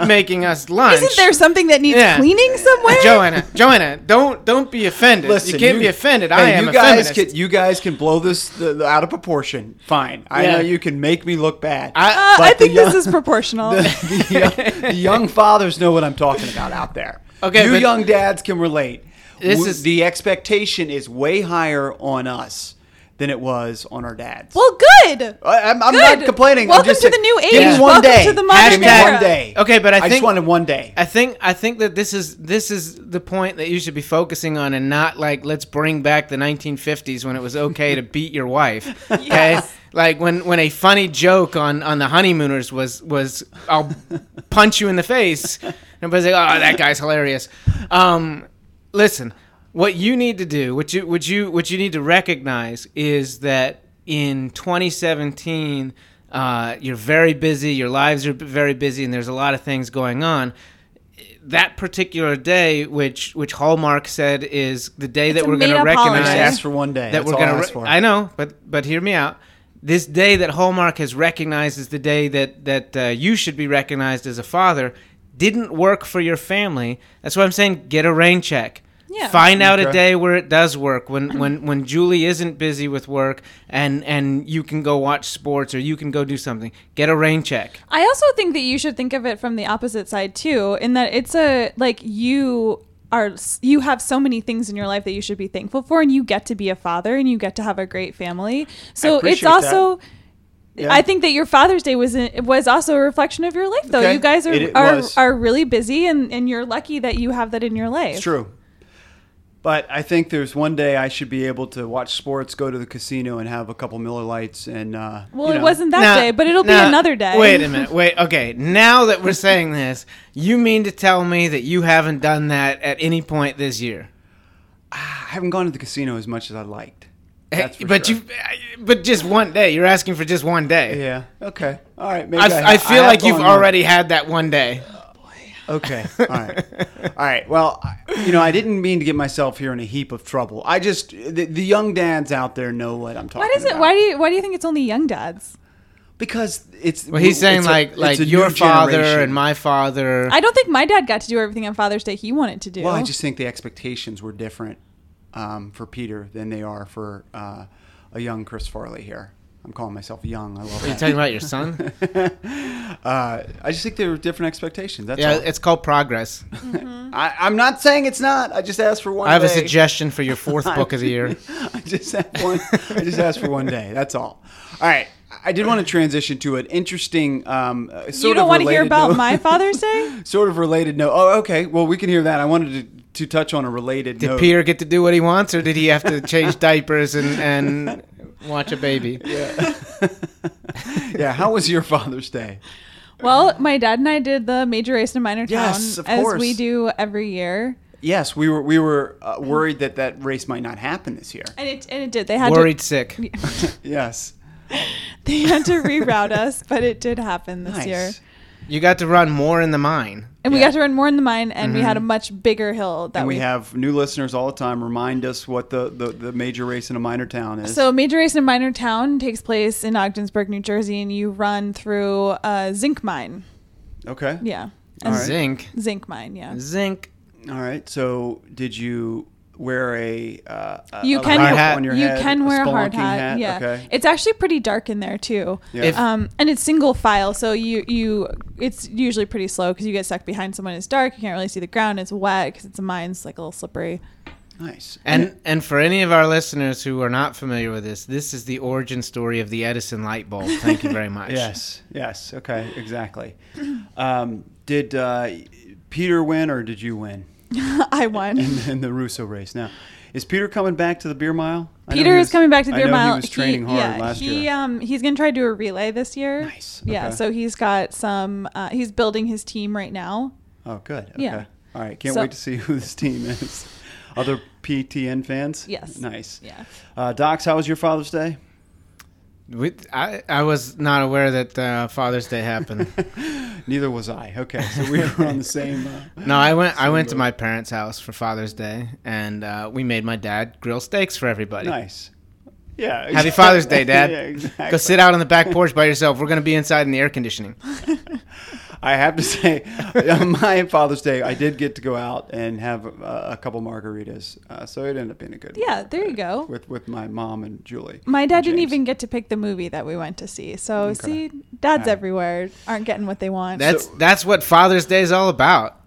C: making us lunch.
B: Isn't there something that needs
C: Yeah.
B: cleaning somewhere?
C: Joanna, Joanna, don't don't be offended.
A: Listen,
C: you can't be offended. I
A: hey,
C: am
A: you
C: a
A: guys
C: feminist.
A: Can, you guys can blow this the, the- out of proportion. Fine. I
C: Yeah.
A: know you can make me look bad.
C: I,
B: Uh, I
A: But the
B: think this
A: young-
B: is proportional.
A: [LAUGHS] the, young, the young fathers know what I'm talking about out there.
C: Okay,
A: you
C: but-
A: young dads can relate.
C: This
A: W-
C: is-
A: the expectation is way higher on us than it was on our dads.
B: Well, good.
A: I, am I'm
B: Good.
A: not complaining.
B: Welcome
A: I'm just
B: to
A: saying-
B: the new
A: Give me
B: age.
A: one
B: Welcome
A: day.
B: to the modern
A: Give me one
B: era.
A: day.
C: Okay, but I
A: just
C: think-
A: wanted one day.
C: I think I think that this is this is the point that you should be focusing on, and not like let's bring back the 1950s when it was okay to beat your wife. Okay, like when when a funny joke on on the honeymooners was was I'll punch you in the face. And everybody's like, oh, that guy's hilarious. Um, listen, what you need to do, what you what you what you need to recognize is that in 2017, uh, you're very busy. Your lives are very busy, and there's a lot of things going on that particular day, which which Hallmark said is the day
B: a
C: that we're going to
B: made-up holiday.
A: I
C: recognize
A: just asked for one day.
C: that
A: That's
C: we're
A: all
C: going
A: I
C: to.
A: asked for.
C: I know, but but hear me out. This day that Hallmark has recognized as the day that that uh, you should be recognized as a father didn't work for your family. That's why I'm saying get a rain check.
B: Yeah. Mm-hmm.
C: Find out a
A: Okay.
C: day where it does work when when when Julie isn't busy with work and and you can go watch sports or you can go do something. Get a rain check.
B: I also think that you should think of it from the opposite side too, in that it's a like you are you have so many things in your life that you should be thankful for, and you get to be a father and you get to have a great family. So it's
A: appreciate
B: also.
A: Yeah.
B: I think that your Father's Day was in, was also a reflection of your life, though.
A: Okay.
B: You guys are,
A: It- it
B: are
A: was.
B: are really busy, and, and you're lucky that you have that in your life.
A: It's true. But I think there's one day I should be able to watch sports, go to the casino, and have a couple Miller Lights. And uh,
B: Well,
A: you
B: it
A: know.
B: wasn't that
C: Now-
B: day, but it'll
C: now-
B: be another day.
C: Wait a minute. Wait. Okay. Now that we're saying this, you mean to tell me that you haven't done that at any point this year?
A: I haven't gone to the casino as much as I liked. That's for
C: but
A: sure.
C: you, but just one day. You're asking for just one day.
A: yeah, okay, all right. Maybe
C: I,
A: I,
C: I feel
A: have
C: like you've
A: gone there.
C: already had that one day.
A: [LAUGHS] Okay. All right. All right. Well, I- you know, I didn't mean to get myself here in a heap of trouble. I just the, the young dads out there know what I'm talking
B: Why does it?
A: about.
B: Why do you? Why do you think it's only young dads?
A: Because it's
C: Well, he's saying
A: it's a-
C: like
A: it's
C: like
A: a new
C: your father
A: generation.
C: and my father.
B: I don't think my dad got to do everything on Father's Day he wanted to do.
A: Well, I just think the expectations were different um, for Peter than they are for uh, a young Chris Farley here. I'm calling myself young. I love
C: Are you
A: that.
C: talking about
A: [LAUGHS]
C: your son?
A: uh, I just think there were different expectations. That's
C: yeah,
A: all.
C: it's called progress.
A: I, I'm not saying it's not. I just asked for one.
C: I have a
A: day.
C: suggestion for your fourth book of
A: [LAUGHS]
C: the year.
A: I just have one. I just asked for one day. That's all. All right. I did want to transition to an interesting um, uh, sort
B: you don't
A: of
B: want to hear
A: related
B: about
A: note- [LAUGHS]
B: my Father's Day?
A: sort of related note. Oh, okay. Well, we can hear that. I wanted to, to touch on a related
C: Did
A: note.
C: Peter get to do what he wants, or did he have to
A: [LAUGHS]
C: change diapers and, and watch a baby?
A: yeah. How was your Father's Day?
B: Well, my dad and I did the major race in minor town
A: Yes, of
B: as
A: course.
B: we do every year,
A: Yes, we were we were uh, worried that that race might not happen this year.
B: and it and it did. They had
C: Worried sick.
A: Yes.
B: to [LAUGHS] they had to reroute us, but it did happen this
A: Nice.
B: year,
C: You got to run more in the mine.
B: and we
A: Yeah. Mm-hmm.
B: got to run more in the mine, and we had a much bigger hill that
A: And
B: we.
A: we have new listeners all the time. Remind us what the, the, the major race in a minor town is.
B: So, major race in minor town takes place in Ogdensburg, New Jersey, and you run through a zinc mine.
A: okay.
B: Yeah,
A: All right.
C: Zinc.
B: zinc mine. Yeah,
C: Zinc.
A: All right. So, did you wear a uh, a-
B: You
A: a
B: can-
A: hard
C: Hard
A: hat
C: hat.
A: on your
B: you
A: head?
B: can wear a hard
A: spelunking
B: hat. Yeah,
A: Okay.
B: it's actually pretty dark in there too.
A: Yeah.
C: If-
B: Um, and it's single file, so you you it's usually pretty slow because you get stuck behind someone. It's dark, you can't really see the ground. It's wet because it's a mine. It's like a little slippery. [LAUGHS]
A: nice.
C: And and for any of our listeners who are not familiar with this, this is the origin story of the Edison light bulb. Thank you very
A: [LAUGHS]
C: much.
A: yes. Yes. Okay. Exactly. Um, did uh, Peter win or did you win
B: I won. [LAUGHS]
A: in, in the Russo race? Now, is Peter coming back to the beer mile? I know
B: Peter
A: he
B: is
A: was-
B: coming back to
A: I
B: beer
A: know
B: mile.
A: He was training hard
B: yeah,
A: last
B: he,
A: year.
B: Um, he's gonna try to do a relay this year.
A: Nice.
B: Yeah,
A: Okay.
B: so he's got some. Uh, he's building his team right now.
A: Oh, good. Okay.
B: uh, Yeah.
A: All right. Can't
B: So-
A: wait to see who this team
B: [LAUGHS]
A: is. Other PTN fans?
B: Yes.
A: Nice.
B: Yeah.
A: Uh, Docs, how was your Father's Day?
C: With, I, I was not aware that uh, Father's Day happened.
A: [LAUGHS] Neither was I. Okay. So we were on the same.
C: [LAUGHS]
A: Uh,
C: no, I went I went to my parents' house for Father's Day and uh, we made my dad grill steaks for everybody.
A: nice. Yeah.
C: Happy
A: exactly.
C: Father's Day,
A: [LAUGHS]
C: Dad.
A: yeah, exactly.
C: Go sit out on the back porch by yourself. We're going to be inside in the
A: [LAUGHS]
C: air conditioning.
A: I have to say, [LAUGHS] on my Father's Day, I did get to go out and have uh, a couple margaritas. Uh, so it ended up being a good
B: Yeah, there you go.
A: With, with my mom and Julie.
B: My dad didn't
A: James.
B: even get to pick the movie that we went to see. So, see,
A: All
B: dads
A: right.
B: everywhere aren't getting what they want.
C: That's that's what Father's Day is all about.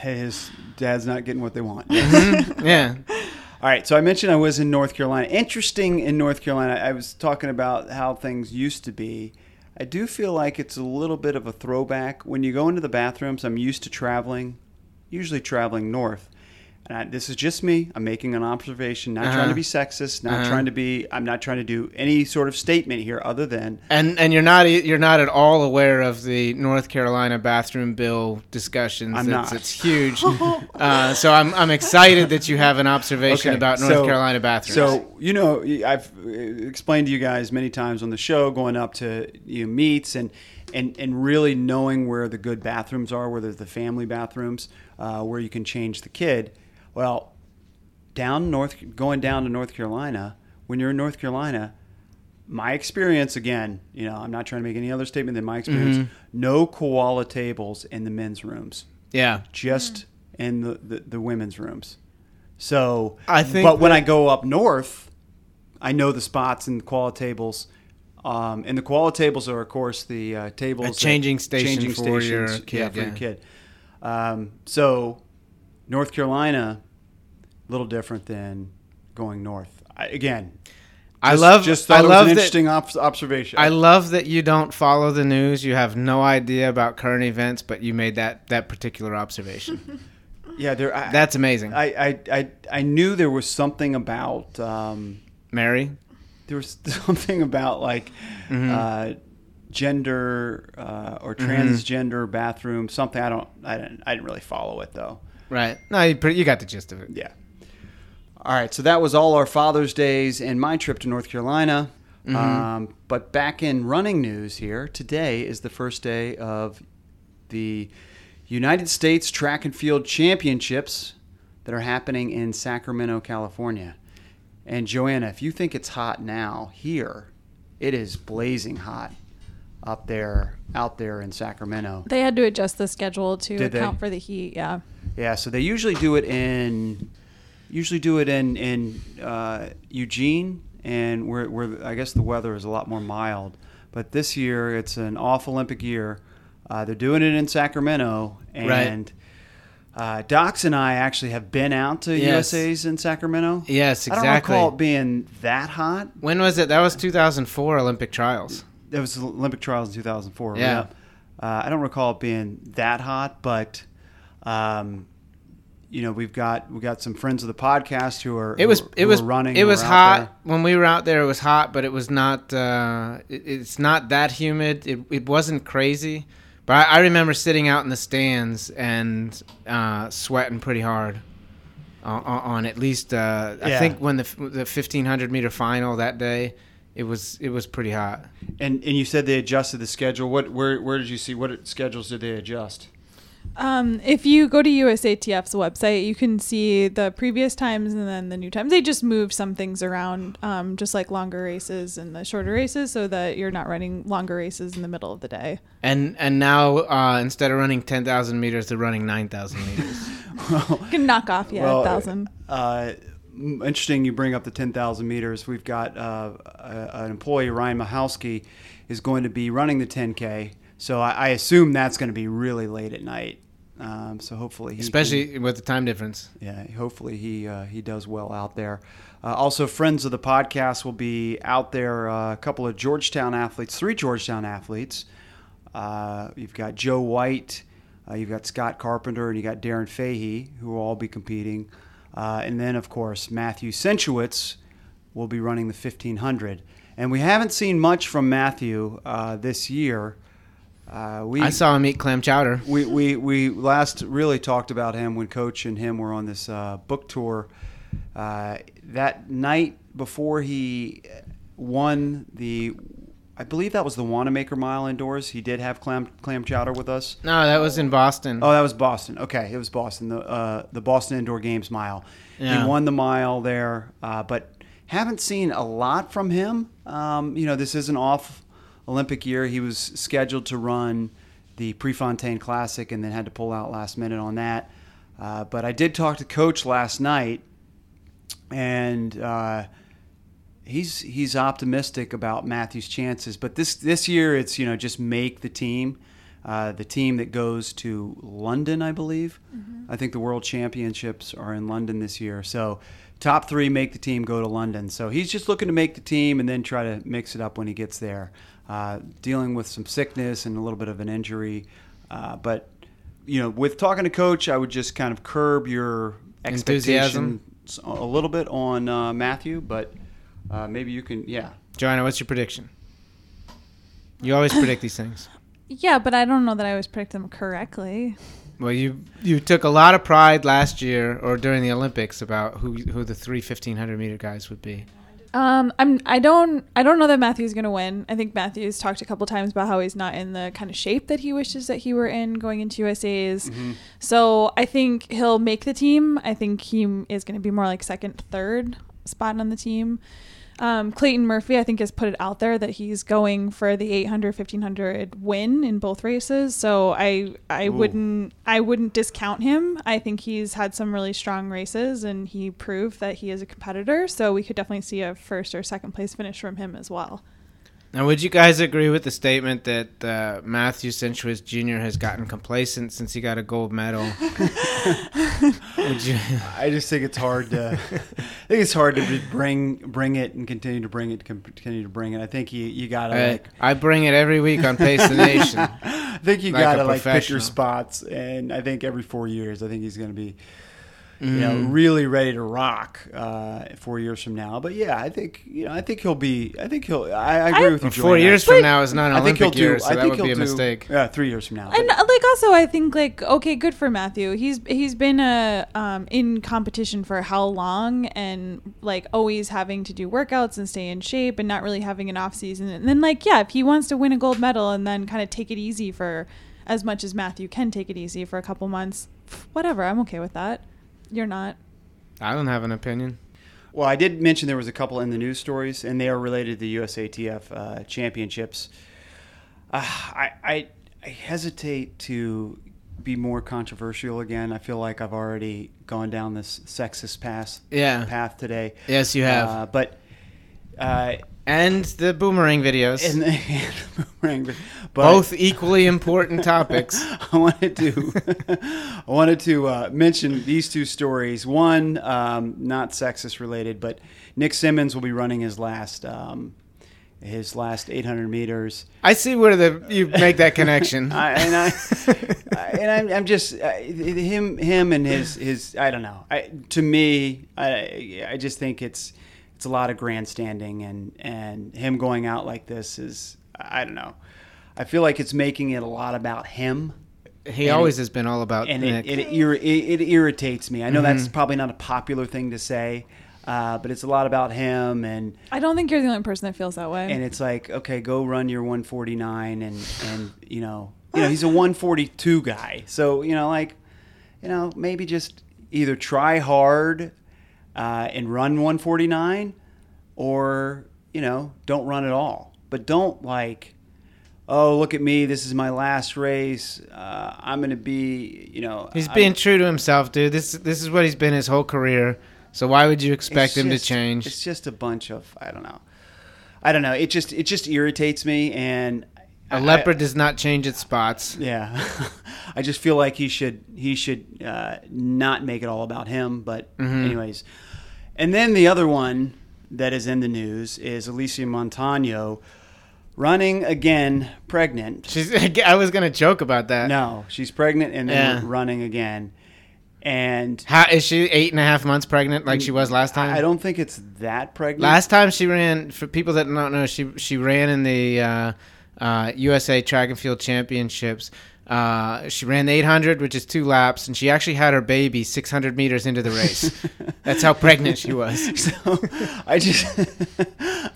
A: His dad's not getting what they want.
C: Yeah.
A: All right, so I mentioned I was in North Carolina. Interesting in North Carolina, I was talking about how things used to be. I do feel like it's a little bit of a throwback. When you go into the bathrooms, I'm used to traveling, usually traveling north. And I, this is just me. I'm making an observation, not trying to be sexist, not trying to be, I'm not trying to do any sort of statement here other than
C: And and you're not e, you're not at all aware of the North Carolina bathroom bill discussions.
A: I'm not.
C: it's,
A: [LAUGHS]
C: it's huge. uh, so I'm I'm excited that you have an observation
A: Okay,
C: about North
A: so-
C: Carolina bathrooms.
A: So you know, I've uh, explained to you guys many times on the show, going up to you know, meets and and and really knowing where the good bathrooms are, where there's the family bathrooms, uh, where you can change the kid. Well, down north, going down to North Carolina, when you're in North Carolina. My experience again, you know, I'm not trying to make any other statement than my experience.
C: Mm-hmm.
A: No koala tables in the men's rooms
C: yeah.
A: just in the, the, the women's rooms. So
C: I think
A: but when I go up north, I know the spots and the quality tables. Um, and the quality tables are, of course, the uh, tables that-
C: changing station for your
A: yeah,
C: kid,
A: for your
C: yeah.
A: kid. Um, so North Carolina, a little different than going north. I, again,
C: I
A: just-
C: love
A: just
C: I
A: thought it was
C: love
A: an
C: that-
A: interesting obs- observation.
C: I love that you don't follow the news. You have no idea about current events, but you made that that particular observation.
A: yeah, there. [LAUGHS] I,
C: That's amazing,
A: I, I I I knew there was something about. Um,
C: Mary.
A: there was [LAUGHS] something about like uh, gender uh, or transgender bathroom something i don't i didn't i didn't really follow it though
C: Right? No, you pretty, you got the gist of it.
A: yeah all right so that was all our father's days and my trip to north carolina um, but back in running news here today is the first day of the united states track and field championships that are happening in sacramento california and Joanna, if you think it's hot now here, it is blazing hot up there, out there in Sacramento.
B: They had to adjust the schedule to
A: Did they?
B: account for the heat. Yeah.
A: Yeah, so they usually do it in, usually do it in in uh, Eugene, and where where I guess the weather is a lot more mild. But this year, it's an off Olympic year. Uh, they're doing it in Sacramento,
C: Right.
A: and uh, Docs and I actually have been out to
C: Yes.
A: USA's in Sacramento.
C: Yes,
A: I don't
C: exactly.
A: recall it being that hot,
C: When was it? That was 2004 Olympic trials.
A: It was the Olympic trials in 2004.
C: Yeah.
A: right? Uh, I don't recall it being that hot, but um, you know we've got we got some friends of the podcast who are
C: It was
A: who are-
C: it
A: who
C: was
A: are running.
C: It
A: who
C: was
A: are out
C: hot when we were out there. It was hot, but it was not. Uh, it, it's not that humid. It, it wasn't crazy, but I, I remember sitting out in the stands and uh, sweating pretty hard. On, on at least, uh, I
A: Yeah.
C: think when the f- the fifteen hundred meter final that day, it was it was pretty hot.
A: there. And and you said they adjusted the schedule. What where where did you see what schedules did they adjust?
B: Um, if you go to USATF's website, you can see the previous times and then the new times. They just move some things around, um, just like longer races and the shorter races, so that you're not running longer races in the middle of the day.
C: And and now uh, instead of running ten thousand meters, they're running nine thousand
A: [LAUGHS]
C: meters.
B: You can knock off, yeah,
A: Well,
B: a thousand.
A: Uh, m- interesting you bring up the 10,000 meters. We've got uh, a, an employee, Ryan Mahowski, is going to be running the 10K. So I, I assume that's going to be really late at night. Um, so hopefully, he can-
C: Especially with the time difference.
A: yeah, hopefully he uh, he does well out there. Uh, also, friends of the podcast will be out there. Uh, a couple of Georgetown athletes, three Georgetown athletes. Uh, you've got Joe White, uh, you've got Scott Carpenter, and you got Darren Fahey, who will all be competing. Uh, and then, of course, Matthew Sensuitz will be running the 1500. And we haven't seen much from Matthew uh, this year. Uh, we
C: I saw him eat clam chowder.
A: we, we, we last really talked about him when Coach and him were on this uh, book tour. Uh, that night before he won the, I believe that was the Wanamaker Mile indoors. He did have clam clam chowder with us.
C: No, that was in Boston.
A: Oh, that was Boston. Okay, it was Boston. The uh, the Boston Indoor Games mile.
C: Yeah.
A: He won the mile there, uh, but haven't seen a lot from him. Um, you know, this is an off Olympic year. He was scheduled to run the Prefontaine Classic and then had to pull out last minute on that. Uh, but I did talk to Coach last night, and uh, he's he's optimistic about Matthew's chances. But this this year, it's you know just make the team, uh, the team that goes to London, I believe. I think the World Championships are in London this year, so top three make the team go to London. So he's just looking to make the team and then try to mix it up when he gets there. Uh, dealing with some sickness and a little bit of an injury, uh, but you know, with talking to coach, I would just kind of curb your
C: Enthusiasm.
A: expectations a little bit on uh, Matthew, but uh, maybe you can, yeah.
C: Joanna, what's your prediction? You always predict these things.
B: Yeah, but I don't know that I always predict them correctly.
C: Well, you you took a lot of pride last year or during the Olympics about who who the three fifteen hundred meter guys would be.
B: Um, I'm. I don't. I don't know that Matthew's going to win. I think Matthew's talked a couple times about how he's not in the kind of shape that he wishes that he were in going into USA's. So I think he'll make the team. I think he is going to be more like second, third spot on the team. Um, Clayton Murphy, I think, has put it out there that he's going for the 800, 1500 win in both races. So I, I wouldn't, I wouldn't discount him. I think he's had some really strong races, and he proved that he is a competitor. So we could definitely see a first or second place finish from him as well.
C: Now, would you guys agree with the statement that uh, Matthew Centuis Jr. has gotten complacent since he got a
A: [LAUGHS]
C: gold medal? would you?
A: I just think it's hard to. I think it's hard to just bring bring it and continue to bring it, continue to bring it. I think you you gotta
C: I,
A: like.
C: I bring it every week on Pace
A: [LAUGHS]
C: the Nation.
A: I think you
C: Like a
A: gotta like pick your
C: professional.
A: spots, and I think every four years, I think he's gonna be, you know,
C: Mm.
A: really ready to rock uh, four years from now. But yeah, I think you know, I think he'll be. I think he'll. I, I agree
B: I-
A: with you.
C: Four
A: Joanna.
C: years from now is not an
A: I think
C: Olympic
A: he'll do.
C: year, so
A: I
C: that
A: think
C: would
A: he'll
C: be a
A: do,
C: mistake.
A: Yeah, three years from now.
B: And uh, like also, I think like okay, good for Matthew. He's he's been a um, in competition for how long, and like always having to do workouts and stay in shape, and not really having an off season. And then like yeah, if he wants to win a gold medal and then kind of take it easy for as much as Matthew can take it easy for a couple months, whatever. I'm okay with that. You're not.
C: I don't have an opinion.
A: Well, I did mention there was a couple in the news stories, and they are related to the USATF uh, championships. Uh, I, I I hesitate to be more controversial again. I feel like I've already gone down this sexist path
C: Yeah.
A: path today.
C: Yes, you have.
A: Uh, but uh,
C: and the boomerang videos.
A: and, [LAUGHS] and boomerang, but
C: both equally important topics.
A: [LAUGHS] I wanted to [LAUGHS] I wanted to uh, mention these two stories. One, um, not sexist related, but Nick Simmons will be running his last um, his last 800 meters.
C: [LAUGHS] I see where the you make that connection.
A: [LAUGHS] I, and I, I and I'm, I'm just I, him him and his his I don't know. I, to me, I I just think it's it's a lot of grandstanding and and him going out like this is I don't know. I feel like it's making it a lot about him.
C: [LAUGHS] he always has been all about
A: and
C: Nick. Mm-hmm.
A: it, it, ir- it, it irritates me. I know that's probably not a popular thing to say, uh, but it's a lot about him, and
B: I don't think you're the only person that feels that way.
A: and it's like, okay, go run your 149, and and you know, you know, he's a 142 guy, so you know, like, you know, maybe just either try hard uh, and run 149, or you know, don't run at all, but don't like oh, look at me, this is my last race. Uh, I'm going to be, you know.
C: he's
A: I'm-
C: being true to himself, dude. This this is what he's been his whole career. So why would you expect
A: It's
C: him
A: just-
C: to change?
A: It's just a bunch of, I don't know. I don't know. It just, it just irritates me. And
C: A leopard does not change its spots.
A: yeah, [LAUGHS] I just feel like he should, he should uh, not make it all about him. But
C: Mm-hmm.
A: anyways, and then the other one that is in the news is Alicia Montano running again, pregnant.
C: She's, [LAUGHS] I was gonna joke about that.
A: No, she's pregnant and then
C: Yeah.
A: running again. And
C: How is she eight and a half months pregnant like she was last time?
A: Mm, I don't think it's that pregnant.
C: Last time she ran, for people that don't know, she she ran in the uh, uh, USA Track and Field Championships. Uh, she ran the 800, which is two laps, and she actually had her baby 600 meters into the race.
A: [LAUGHS]
C: That's how pregnant she was.
A: so I just,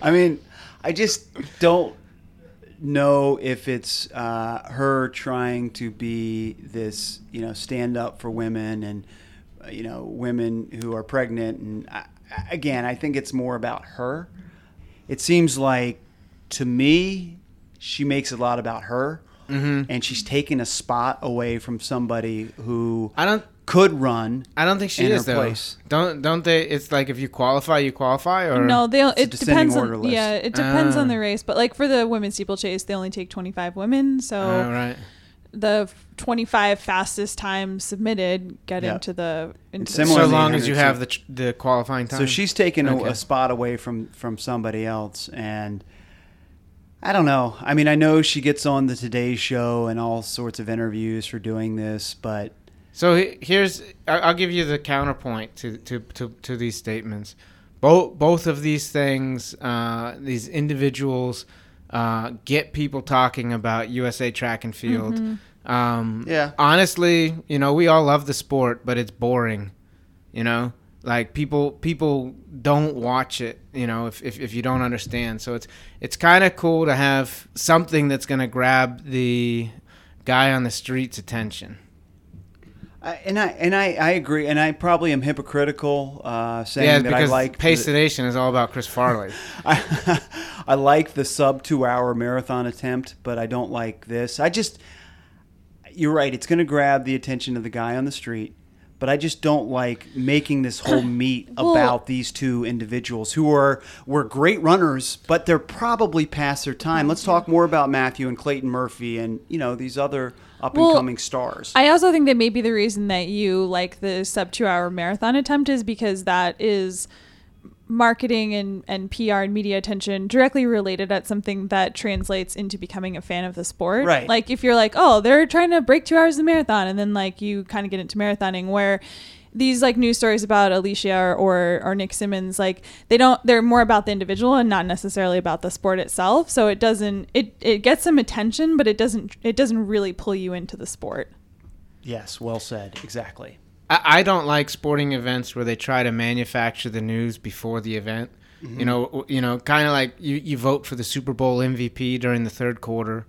A: I mean, I just don't know if it's uh, her trying to be this, you know, stand up for women and, uh, you know, women who are pregnant. And I, I- again, I think it's more about her. It seems like to me, she makes a lot about her.
C: Mm-hmm.
A: And she's taking a spot away from somebody who
C: I don't.
A: could run.
C: I don't think she
A: In her
C: is though.
A: place.
C: Don't don't they? It's like if you qualify, you qualify, or
B: No, they
A: a
B: it
A: descending
B: depends
A: order
B: on
A: list. Uh.
B: yeah, it depends
C: Ah.
B: on the race. But like for the women's steeplechase, they only take 25 women, so
C: Oh, right.
B: the 25 fastest times submitted get
A: Yeah.
B: into the into
A: Similar
C: so
A: to the
C: long as you
A: 800,
C: have
A: so-
C: the tr- the qualifying time.
A: So she's taken a,
C: Okay.
A: a spot away from from somebody else, and I don't know. I mean, I know she gets on the Today Show and all sorts of interviews for doing this, but
C: So he- here's I- I'll give you the counterpoint to to to, to these statements. Both both of these things, uh, these individuals, uh, get people talking about USA track and field. Um,
A: Yeah.
C: Honestly, you know, we all love the sport, but it's boring. You know, like people people don't watch it. You know, if if, if you don't understand, so it's it's kind of cool to have something that's gonna grab the guy on the street's attention.
A: I, and I and I, I agree, and I probably am hypocritical uh, saying
C: Yeah,
A: that I
C: because
A: like
C: Pace
A: the-
C: the Nation is all about Chris Farley.
A: I, [LAUGHS] I like the sub two hour marathon attempt, but I don't like this. I just, you're right. It's going to grab the attention of the guy on the street, but I just don't like making this
B: [LAUGHS]
A: whole meet
B: Well-
A: about these two individuals who are were great runners, but they're probably past their time. Let's talk more about Matthew and Clayton Murphy and you know these other up and
B: Well,
A: coming stars.
B: I also think that maybe the reason that you like the sub two hour marathon attempt is because that is marketing and, and PR and media attention directly related at something that translates into becoming a fan of the sport.
A: Right.
B: Like if you're like, oh, they're trying to break two hours of the marathon and then like you kind of get into marathoning where these like news stories about Alicia or, or or Nick Simmons, like they don't they're more about the individual and not necessarily about the sport itself. So it doesn't it, it gets some attention but it doesn't it doesn't really pull you into the sport.
A: yes, well said. Exactly.
C: [LAUGHS] I, I don't like sporting events where they try to manufacture the news before the event. You know, w- you know, kind of like you, you vote for the Super Bowl MVP during the third quarter,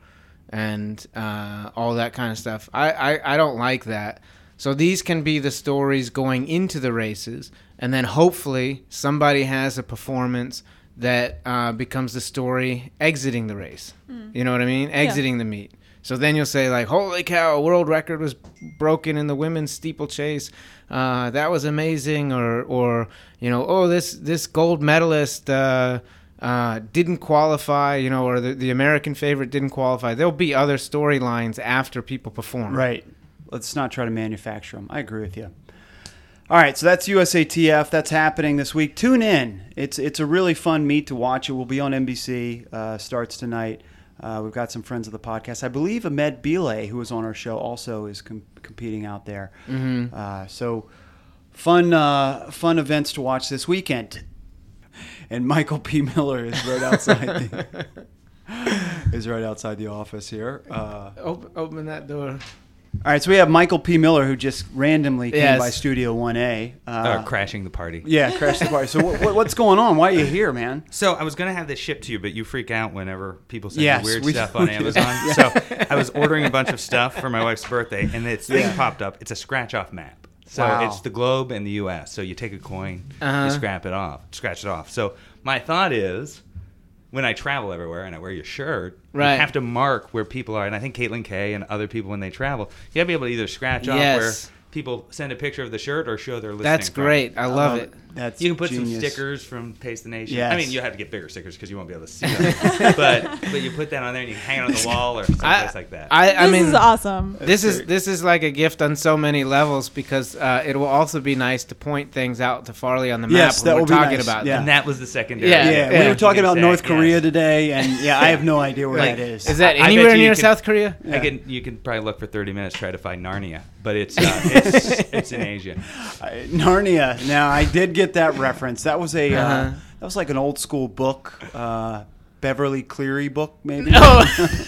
C: and uh, all that kind of stuff. I, I, I don't like that. So these can be the stories going into the races, and then hopefully somebody has a performance that uh, becomes the story exiting the race. You know what I mean? Exiting the meet. So then you'll say like, "Holy cow! A world record was broken in the women's steeplechase. Uh, that was amazing!" Or, or you know, "Oh, this this gold medalist uh, uh, didn't qualify." You know, or the, the American favorite didn't qualify. There'll be other storylines after people perform.
A: Right. Let's not try to manufacture them. I agree with you. All right, so that's USATF. That's happening this week. Tune in. It's it's a really fun meet to watch. It will be on NBC. Uh, starts tonight. Uh, we've got some friends of the podcast. I believe Ahmed Bile, who was on our show, also is com- competing out there. Uh, so fun uh, fun events to watch this weekend. And Michael P. Miller is right outside the, [LAUGHS] is right outside the office here. Uh,
C: Open, open that door.
A: all right, so we have Michael P. Miller, who just randomly came
C: Yes.
A: by Studio 1A. Uh,
E: uh, crashing the party.
A: yeah, crashed the party. So what, what, what's going on? Why are you here, man?
E: So I was gonna have this shipped to you, but you freak out whenever people send
A: Yes,
E: you weird
A: we-
E: stuff on
A: we-
E: Amazon. So I was ordering a bunch of stuff for my wife's birthday, and this thing popped up. It's a scratch-off map. So
A: Wow.
E: it's the globe and the U.S. So you take a coin,
C: Uh-huh.
E: you scrap it off, scratch it off. So my thought is, when I travel everywhere and I wear your shirt,
C: Right.
E: you have to mark where people are. And I think Caitlin Kay and other people when they travel, you gotta be able to either scratch off
C: Yes.
E: where people send a picture of the shirt or show their listening.
C: That's
E: from.
C: great. I love, it.
A: Um, That's
E: You can put
A: genius.
E: some stickers from Paste the Nation.
A: Yes.
E: I mean, you have to get bigger stickers because you won't be able to
A: [LAUGHS]
E: see them. but but you put that on there and you hang it on the wall or someplace like that.
C: I, I
B: this
C: mean,
B: is awesome.
C: this is
A: great.
C: this is like a gift on so many levels because uh, it will also be nice to point things out to Farley on the map
A: Yes,
C: when
A: that
C: we're
A: will be
C: talking
A: nice,
C: about
A: yeah.
C: them.
E: and that was the secondary.
C: Yeah,
A: Yeah,
C: yeah.
A: we were talking about
E: Exact,
A: North Korea
E: yes.
A: today, and yeah, I have
E: [LAUGHS]
A: no idea where
E: Like,
A: that is.
C: Is that
E: I- I bet
C: anywhere
E: you
C: near
E: can-
C: South Korea?
E: [LAUGHS] I can, you can probably look for 30 minutes try to find Narnia,
A: [LAUGHS]
E: but it's uh, it's, it's in Asia.
A: I- Narnia. Now I did get that reference. That was a uh
C: Uh-huh.
A: that was like an old school book, uh, Beverly Cleary book,
E: [LAUGHS]
A: maybe.
C: Oh,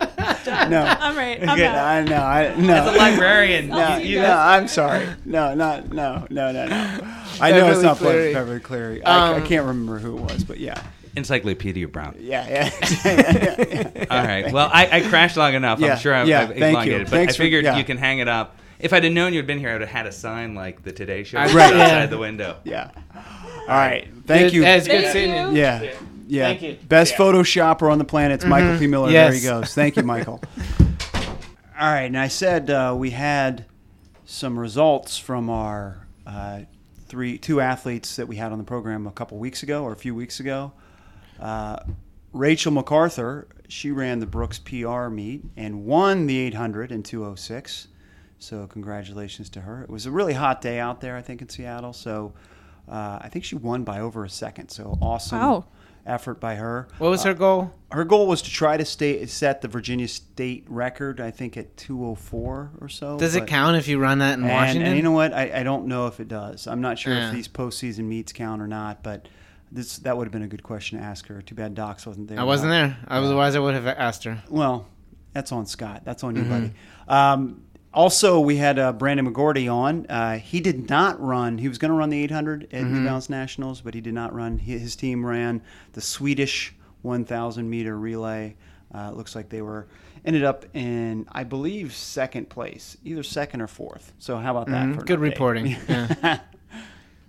A: no.
B: I'm right. I'm
E: Good.
B: out.
A: I know. I no.
E: As
A: [LAUGHS]
E: a librarian,
A: No,
E: you, you,
A: no, I'm sorry. No, not no, no, no, no. I know it's
C: Beverly
A: not Beverly
C: Cleary.
A: Beverly Cleary. I, I
C: Um,
A: can't remember who it was, but yeah,
E: Encyclopedia Brown.
A: yeah, yeah. yeah,
C: [LAUGHS]
A: yeah, [LAUGHS] yeah.
E: All right. Well, I, I crashed long enough.
A: Yeah,
E: I'm sure I've,
A: yeah,
E: I've
A: thank you.
E: elongated, but
A: Thanks
E: I
A: for-
E: figured
A: yeah.
E: you can hang it up. If I'd have known you'd been here, I would have had a sign like the Today Show [LAUGHS]
C: I-
E: outside
A: Right.
E: the window.
A: yeah. All right. Thank you.
C: It's good
B: Thank
C: seeing
B: you.
C: you.
A: yeah. Yeah.
C: Thank you. Mm-hmm.
A: Best Photoshopper on the planet is Michael P. Miller. There
C: Yes.
A: he goes. Thank you,
C: [LAUGHS]
A: Michael. All right. And I said uh, we had some results from our uh, three two athletes that we had on the program a couple weeks ago or a few weeks ago. Uh, Rachel MacArthur, she ran the Brooks PR meet and won the 800 in 206. So congratulations to her. It was a really hot day out there, I think, in Seattle. So uh, I think she won by over a second. So awesome
B: Wow.
A: effort by her.
C: What was her goal?
A: Her goal was to try to stay set the Virginia state record, I think, at 204 or so.
C: Does it
A: but-
C: count if you run that in
A: and,
C: Washington?
A: and you know what? I, I don't know if it does. I'm not sure
C: Yeah.
A: if these postseason meets count or not, but this that would have been a good question to ask her. Too bad Docs wasn't there.
C: I wasn't there. Otherwise, I would have asked her.
A: Well, that's on Scott. That's on you,
C: Mm-hmm.
A: buddy. Um, also, we had uh, Brandon McGordy on. Uh, he did not run. He was going to run the 800 at
C: Mm-hmm.
A: New Balance Nationals, but he did not run. His, his team ran the Swedish 1,000 meter relay. Uh, it looks like they were ended up in, I believe, second place, either second or fourth. So how about that? for an
C: Mm-hmm. Good
A: update? [LAUGHS]
C: reporting. Yeah.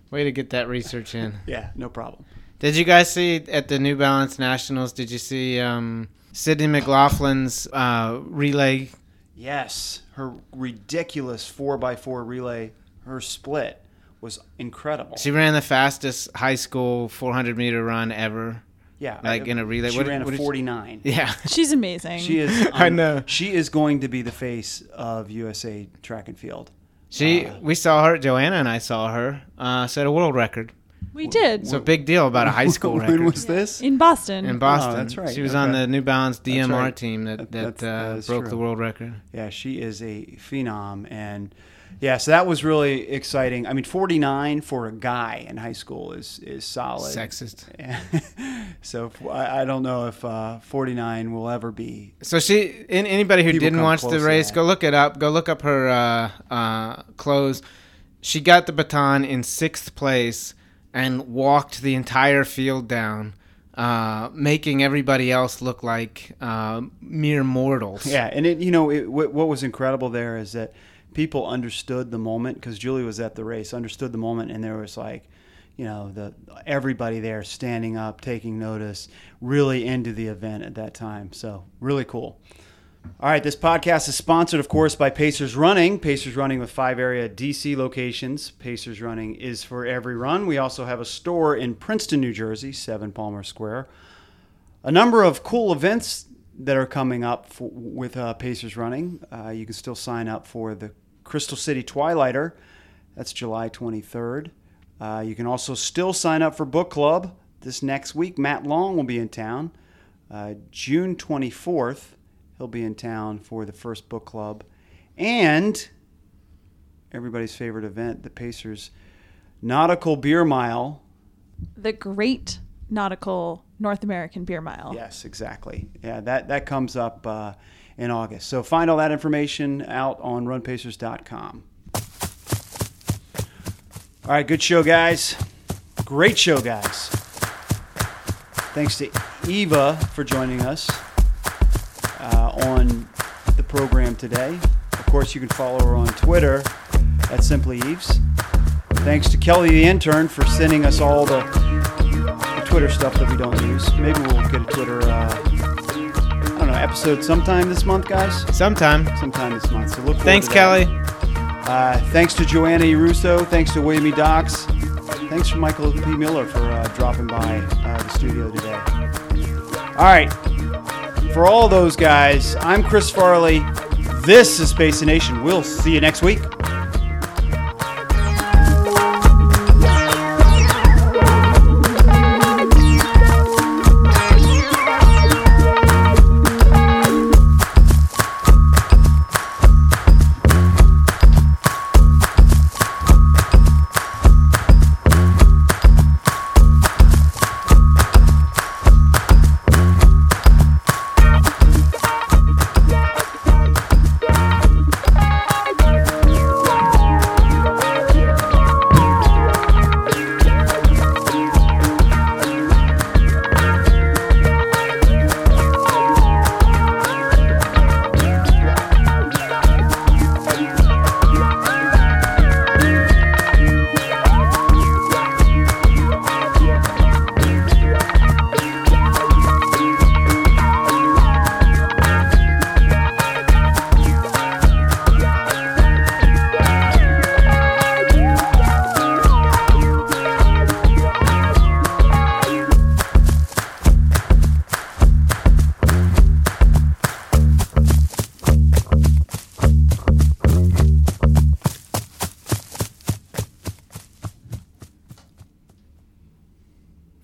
C: Way to get that research in.
A: Yeah, no problem.
C: Did you guys see at the New Balance Nationals? Did you see um, Sydney McLaughlin's uh, relay?
A: Yes, her ridiculous four x four relay, her split was incredible.
C: She ran the fastest high school 400 meter run ever.
A: yeah,
C: like in a relay-
A: She
C: what-
A: ran
C: what
A: a
C: did she-
A: forty nine. [LAUGHS]
C: [LAUGHS] Yeah.
B: She's amazing.
A: She is.
C: [LAUGHS]
A: um,
C: I know.
A: She is going to be the face of USA track and field.
C: She,
A: Uh,
C: we saw her. Joanna and I saw her uh, set a world record.
B: We did.
C: So big deal about a
A: [LAUGHS]
C: high school
A: when
C: record
A: was this?
B: in Boston.
C: in Boston.
A: Oh, that's right.
C: She was
A: Okay.
C: on the New Balance DMR
A: right.
C: team that that,
A: That's- that
C: uh,
A: is
C: broke the
A: true.
C: world record.
A: Yeah, she is a phenom, and yeah, so that was really exciting. I mean, forty nine for a guy in high school is is solid.
C: Sexist.
A: [LAUGHS] so I, I don't know if uh, forty nine will ever be
C: So she, an anybody who
A: People
C: didn't
A: come
C: watch
A: close
C: the
A: to
C: race,
A: that.
C: go look it up. Go look up her uh, uh, clothes. She got the baton in sixth place and walked the entire field down, uh, making everybody else look like uh, mere
A: [LAUGHS]
C: mortals.
A: Yeah, and it you know it, what, what was incredible there is that people understood the moment because Julie was at the race, understood the moment, and there was like, you know, the everybody there standing up, taking notice, really into the event at that time. So really cool. All right, this podcast is sponsored, of course, by Pacers Running. Pacers Running with five area DC locations. Pacers Running is for every run. We also have a store in Princeton, New Jersey, 7 Palmer Square a number of cool events that are coming up for, with uh, Pacers running. Uh, you can still sign up for the Crystal City Twilighter. That's July 23rd. Uh, you can also still sign up for book club this next week. Matt Long will be in town. Uh, June 24th, he'll be in town for the first book club. And everybody's favorite event, the Pacers Nautical Beer Mile.
B: the Great Nautical North American Beer Mile.
A: Yes, exactly. Yeah, that that comes up uh, in August. So find all that information out on runpacers.com. All right, good show, guys. Great show, guys. Thanks to Eva for joining us uh, on the program today. Of course, you can follow her on Twitter at Simply Eves. Thanks to Kelly the intern for sending us all the Twitter stuff that we don't use. Maybe we'll get a Twitter, uh, I don't know, episode sometime this month, guys.
C: Sometime.
A: Sometime this month. So look. forward
C: Thanks,
A: to that.
C: Kelly.
A: Uh, thanks to Joanna Russo. Thanks to William E. Docs. Thanks to Michael P. Miller for uh, dropping by uh, the studio today. All right. For all those guys, I'm Chris Farley. This is Space Nation. We'll see you next week.
F: Thank you.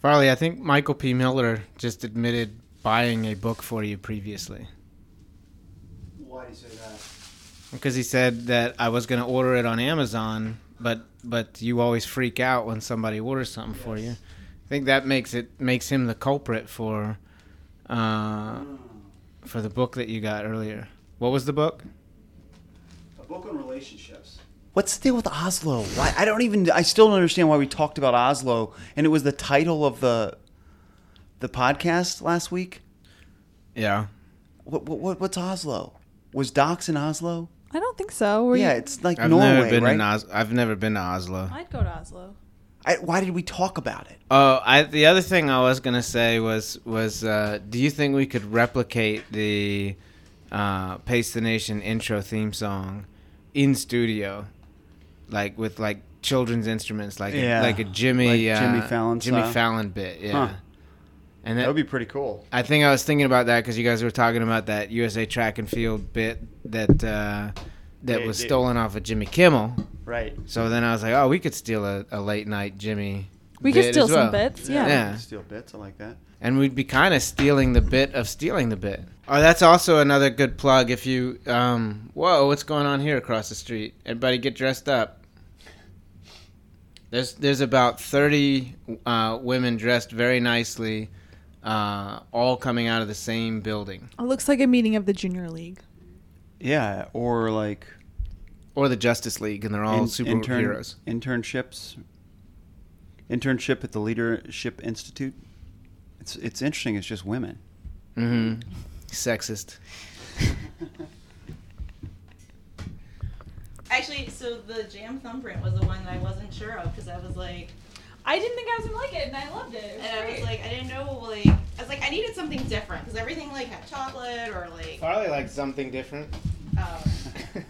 C: Farley, I think Michael P. Miller just admitted buying a book for you previously
A: Why do you say that?
C: because he said that I was going to order it on Amazon, but but you always freak out when somebody orders something for you. I think that makes it makes him the culprit for uh,
A: Hmm.
C: for the book that you got earlier. What was the book?
A: A book on relationships. What's the deal with Oslo? Why I don't even I still don't understand why we talked about Oslo and it was the title of the the podcast last week.
C: Yeah.
A: What, what, what what's Oslo? Was Docs in Oslo?
B: I don't think so. Were
A: yeah,
B: you-
A: it's like
C: I've
A: Norway,
C: never been
A: right?
C: to Os- I've never been to Oslo.
B: I'd go to Oslo.
A: I, why did we talk about it?
C: Oh, I, the other thing I was gonna say was was uh, do you think we could replicate the uh, Pace the Nation intro theme song in studio, like with like children's instruments, like
A: Yeah.
C: a, like a Jimmy
A: Like
C: uh,
A: Jimmy Fallon
C: Jimmy
A: style?
C: Fallon bit, yeah.
A: Huh.
C: And
A: That
C: that,
A: would be pretty cool.
C: I think I was thinking about that because you guys were talking about that USA Track and Field bit that uh, that
A: Yeah,
C: was
A: dude.
C: stolen off of Jimmy Kimmel.
A: Right.
C: So then I was like, oh, we could steal a, a late night Jimmy.
B: We could
C: bit
B: steal
C: as well.
B: some bits. Yeah.
C: Yeah.
A: Steel bits, I like that.
C: and we'd be kind of stealing the bit of stealing the bit. Oh, that's also another good plug. If you, um, whoa, what's going on here across the street? Everybody get dressed up. There's there's about thirty uh, women dressed very nicely, uh, all coming out of the same building
B: It looks like a meeting of the junior league.
A: Yeah, or like
C: or the Justice League, and they're all
A: in- intern-
C: superheroes.
A: internships. Internship at the Leadership Institute. It's it's interesting. It's just women.
C: hmm Sexist.
D: Actually, so the jam thumbprint was the one that I wasn't sure of because I was like,
B: I didn't think I was gonna like it, and I loved it.
D: and I was like, I didn't know, like, I was like, I needed something different because everything like had chocolate or like.
C: Probably like something different.
D: Um,